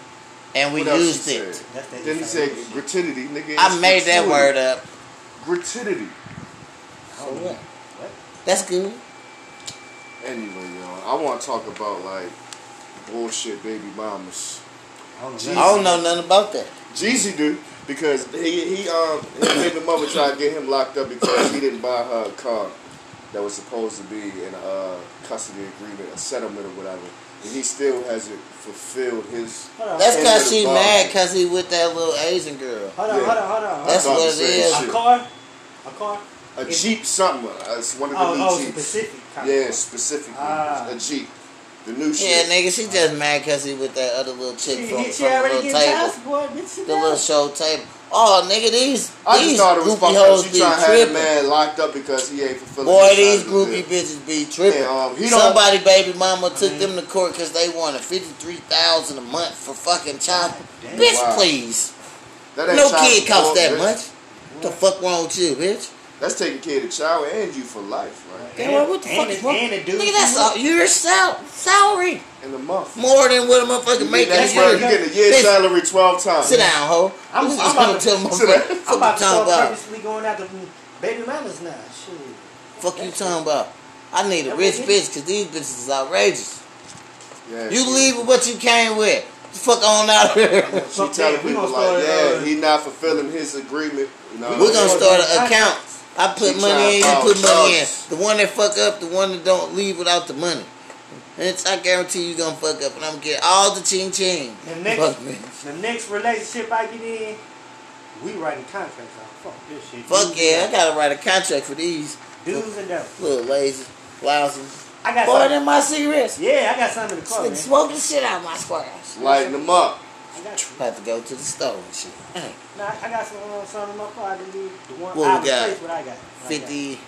And we
What else he
used it.
said?
That's that
Then he
East
said
Side shit.
gratuity, nigga.
I
it's
made that
gratuity.
word up.
Gratuity.
I don't know.
That's good.
Anyway, y'all, I want to talk about like bullshit baby mamas.
I don't know.
Jesus.
I don't know nothing about that.
Jeezy do because he he um his baby mama tried to get him locked up because he didn't buy her a car that was supposed to be in a uh, custody agreement, a settlement or whatever, and he still hasn't fulfilled his.
Hold on,
That's
hold
cause she
Yeah.
mad cause he with that little Asian girl.
on, hold on, hold on, hold on.
That's
I thought
what
the
it
same
is.
a car, a car.
A jeep something. uh, It's one of the
Oh,
new
oh,
jeeps.
Pacific. kind of
Yeah,
car.
specifically
Ah.
a jeep, the new
Yeah,
shit.
nigga, she just mad cause he with that other little
She,
chick from,
she,
from
she
the
already
little
getting child
table,
support, bitch. She
the little show table. Oh, nigga, these
I just
these
thought it was
groupie
fucked up.
hoes
She
be
trying to have a
tripping.
man locked up because he ain't fulfilling.
Boy,
his
these
side of the
groupie
deal.
bitches be tripping.
Yeah, um, he don't- Mm-hmm.
Somebody baby mama took
Mhm.
them to court because they wanted fifty three thousand a month for fucking child.
damn.
Bitch,
Wow.
please.
That ain't
No
child
kid costs
support,
that
bitch.
much. What the fuck wrong with you, bitch?
That's taking care of the child and you for life, right?
Damn, what the
and,
fuck
and,
is wrong?
And the dude.
Nigga, that's all, your sal- salary.
In a month.
More than what a
You
motherfucker
get
make
that
this
that's
twelve-
year.
right.
you get a year's
Sit-
salary twelve times.
Sit down, ho.
I'm-
This is
I'm
gonna
about
tell
Sit down.
motherfucker.
I'm
Fuck
about
you
to start
talking about.
purposely going after baby mamas now. Shit.
Fuck you talking about. I need a
That
rich
what it
bitch because these bitches is outrageous.
Yeah,
You
she-
leave with what you came with. Fuck on out of here.
She
Fuck
telling
that, we
people
gonna
like,
start,
yeah,
uh,
he not fulfilling his agreement. No.
We're gonna start an
Fuck.
account. I put
You
money in, you
trying to
put money in.
bounce.
The one that fuck up, the one that don't leave without the money. And it's, I guarantee you gonna fuck up, and I'm gonna get all the ching ching.
The
Fuck me.
next, the next relationship I get in, we writing contracts out. Fuck this shit.
Fuck
Dudes
yeah, I
and
gotta write a contract for these
down. Dudes and dogs.
little lazy, lousy.
I got
Boy,
something.
than my cigarettes.
Yeah, I got something in the car,
Smoking
man.
Smoke the shit out of my squares.
lighten them up.
I got
I have to go to the store and shit.
Nah, I got some uh, some in my car. I didn't need the one
What we
I
got?
replaced what I got. What I got.
Fifty.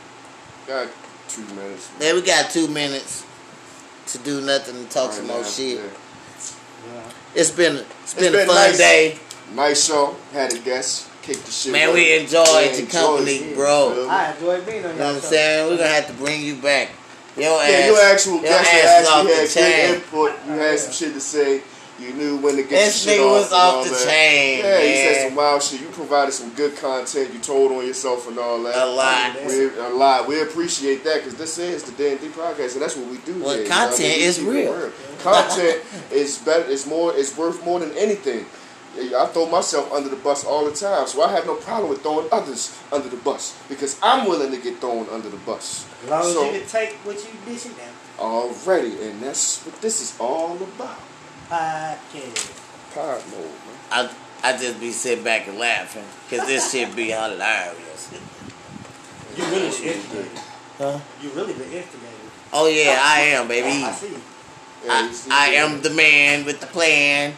Got two minutes.
Then we got two minutes to do nothing and talk
Right
some more
now,
shit.
yeah.
Yeah.
It's been it's been a
been
fun
nice.
day,
Nice show. Had a guest. Kicked the shit.
man.
with
We
it.
enjoyed
Yeah,
the
enjoyed
company,
it.
bro.
Feel me?
I enjoy being on
You know what I'm
y'all show.
saying? We're gonna have to bring you back. Yo ass.
Yeah, your actual
your
guest
ass is off
actually
the
had good
chain.
input. You had some shit to say. You knew when to get
This
your shit
nigga
off
was
and all
off the
that.
chain,
Yeah,
man.
you said some wild shit. You provided some good content. You told on yourself and all that.
A lot.
We, a lot. We appreciate that because this is the D&D podcast, and that's what we do.
Well,
here, you know
content
what I mean? We
is
keep it
real.
Content is better. Is more. Is worth more than anything. I throw myself under the bus all the time, so I have no problem with throwing others under the bus because I'm willing to get thrown under the bus.
As long as
So-
you can take what you dishing down.
Already, and that's what this is all about.
Podcast.
Pod mode, man.
I I just be sitting back and laughing because this shit be hilarious.
You
That's
really
what
been
we do.
instigated.
Huh?
You really been instigated.
Oh yeah, I am, baby.
I see you.
Yeah,
I,
you see
I
that?
am the man with the plan.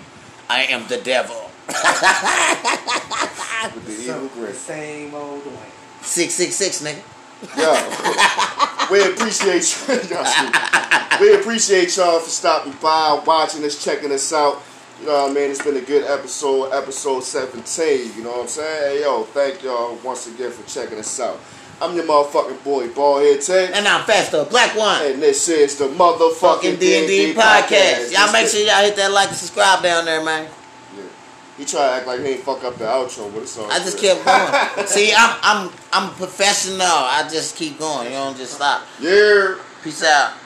I am the devil.
with the
Some-
evil
the
grin.
same old Dwayne.
Six six six, nigga.
Yo, we appreciate you. y'all stupid. we appreciate y'all for stopping by, watching us, checking us out. You know what I mean? It's been a good episode, episode 17. You know what I'm saying? Hey, yo, thank y'all once again for checking us out. I'm your motherfucking boy, Ballhead Ted.
And I'm faster, black one.
And this is the motherfucking
Fucking D and D podcast. Y'all
This
make
is-
sure y'all hit that like and subscribe down there, man.
Yeah. He try to act like he ain't fuck up the outro, but it's all
I just
good.
kept going. See, I'm I'm I'm professional. I just keep going. You don't just stop.
Yeah.
Peace out.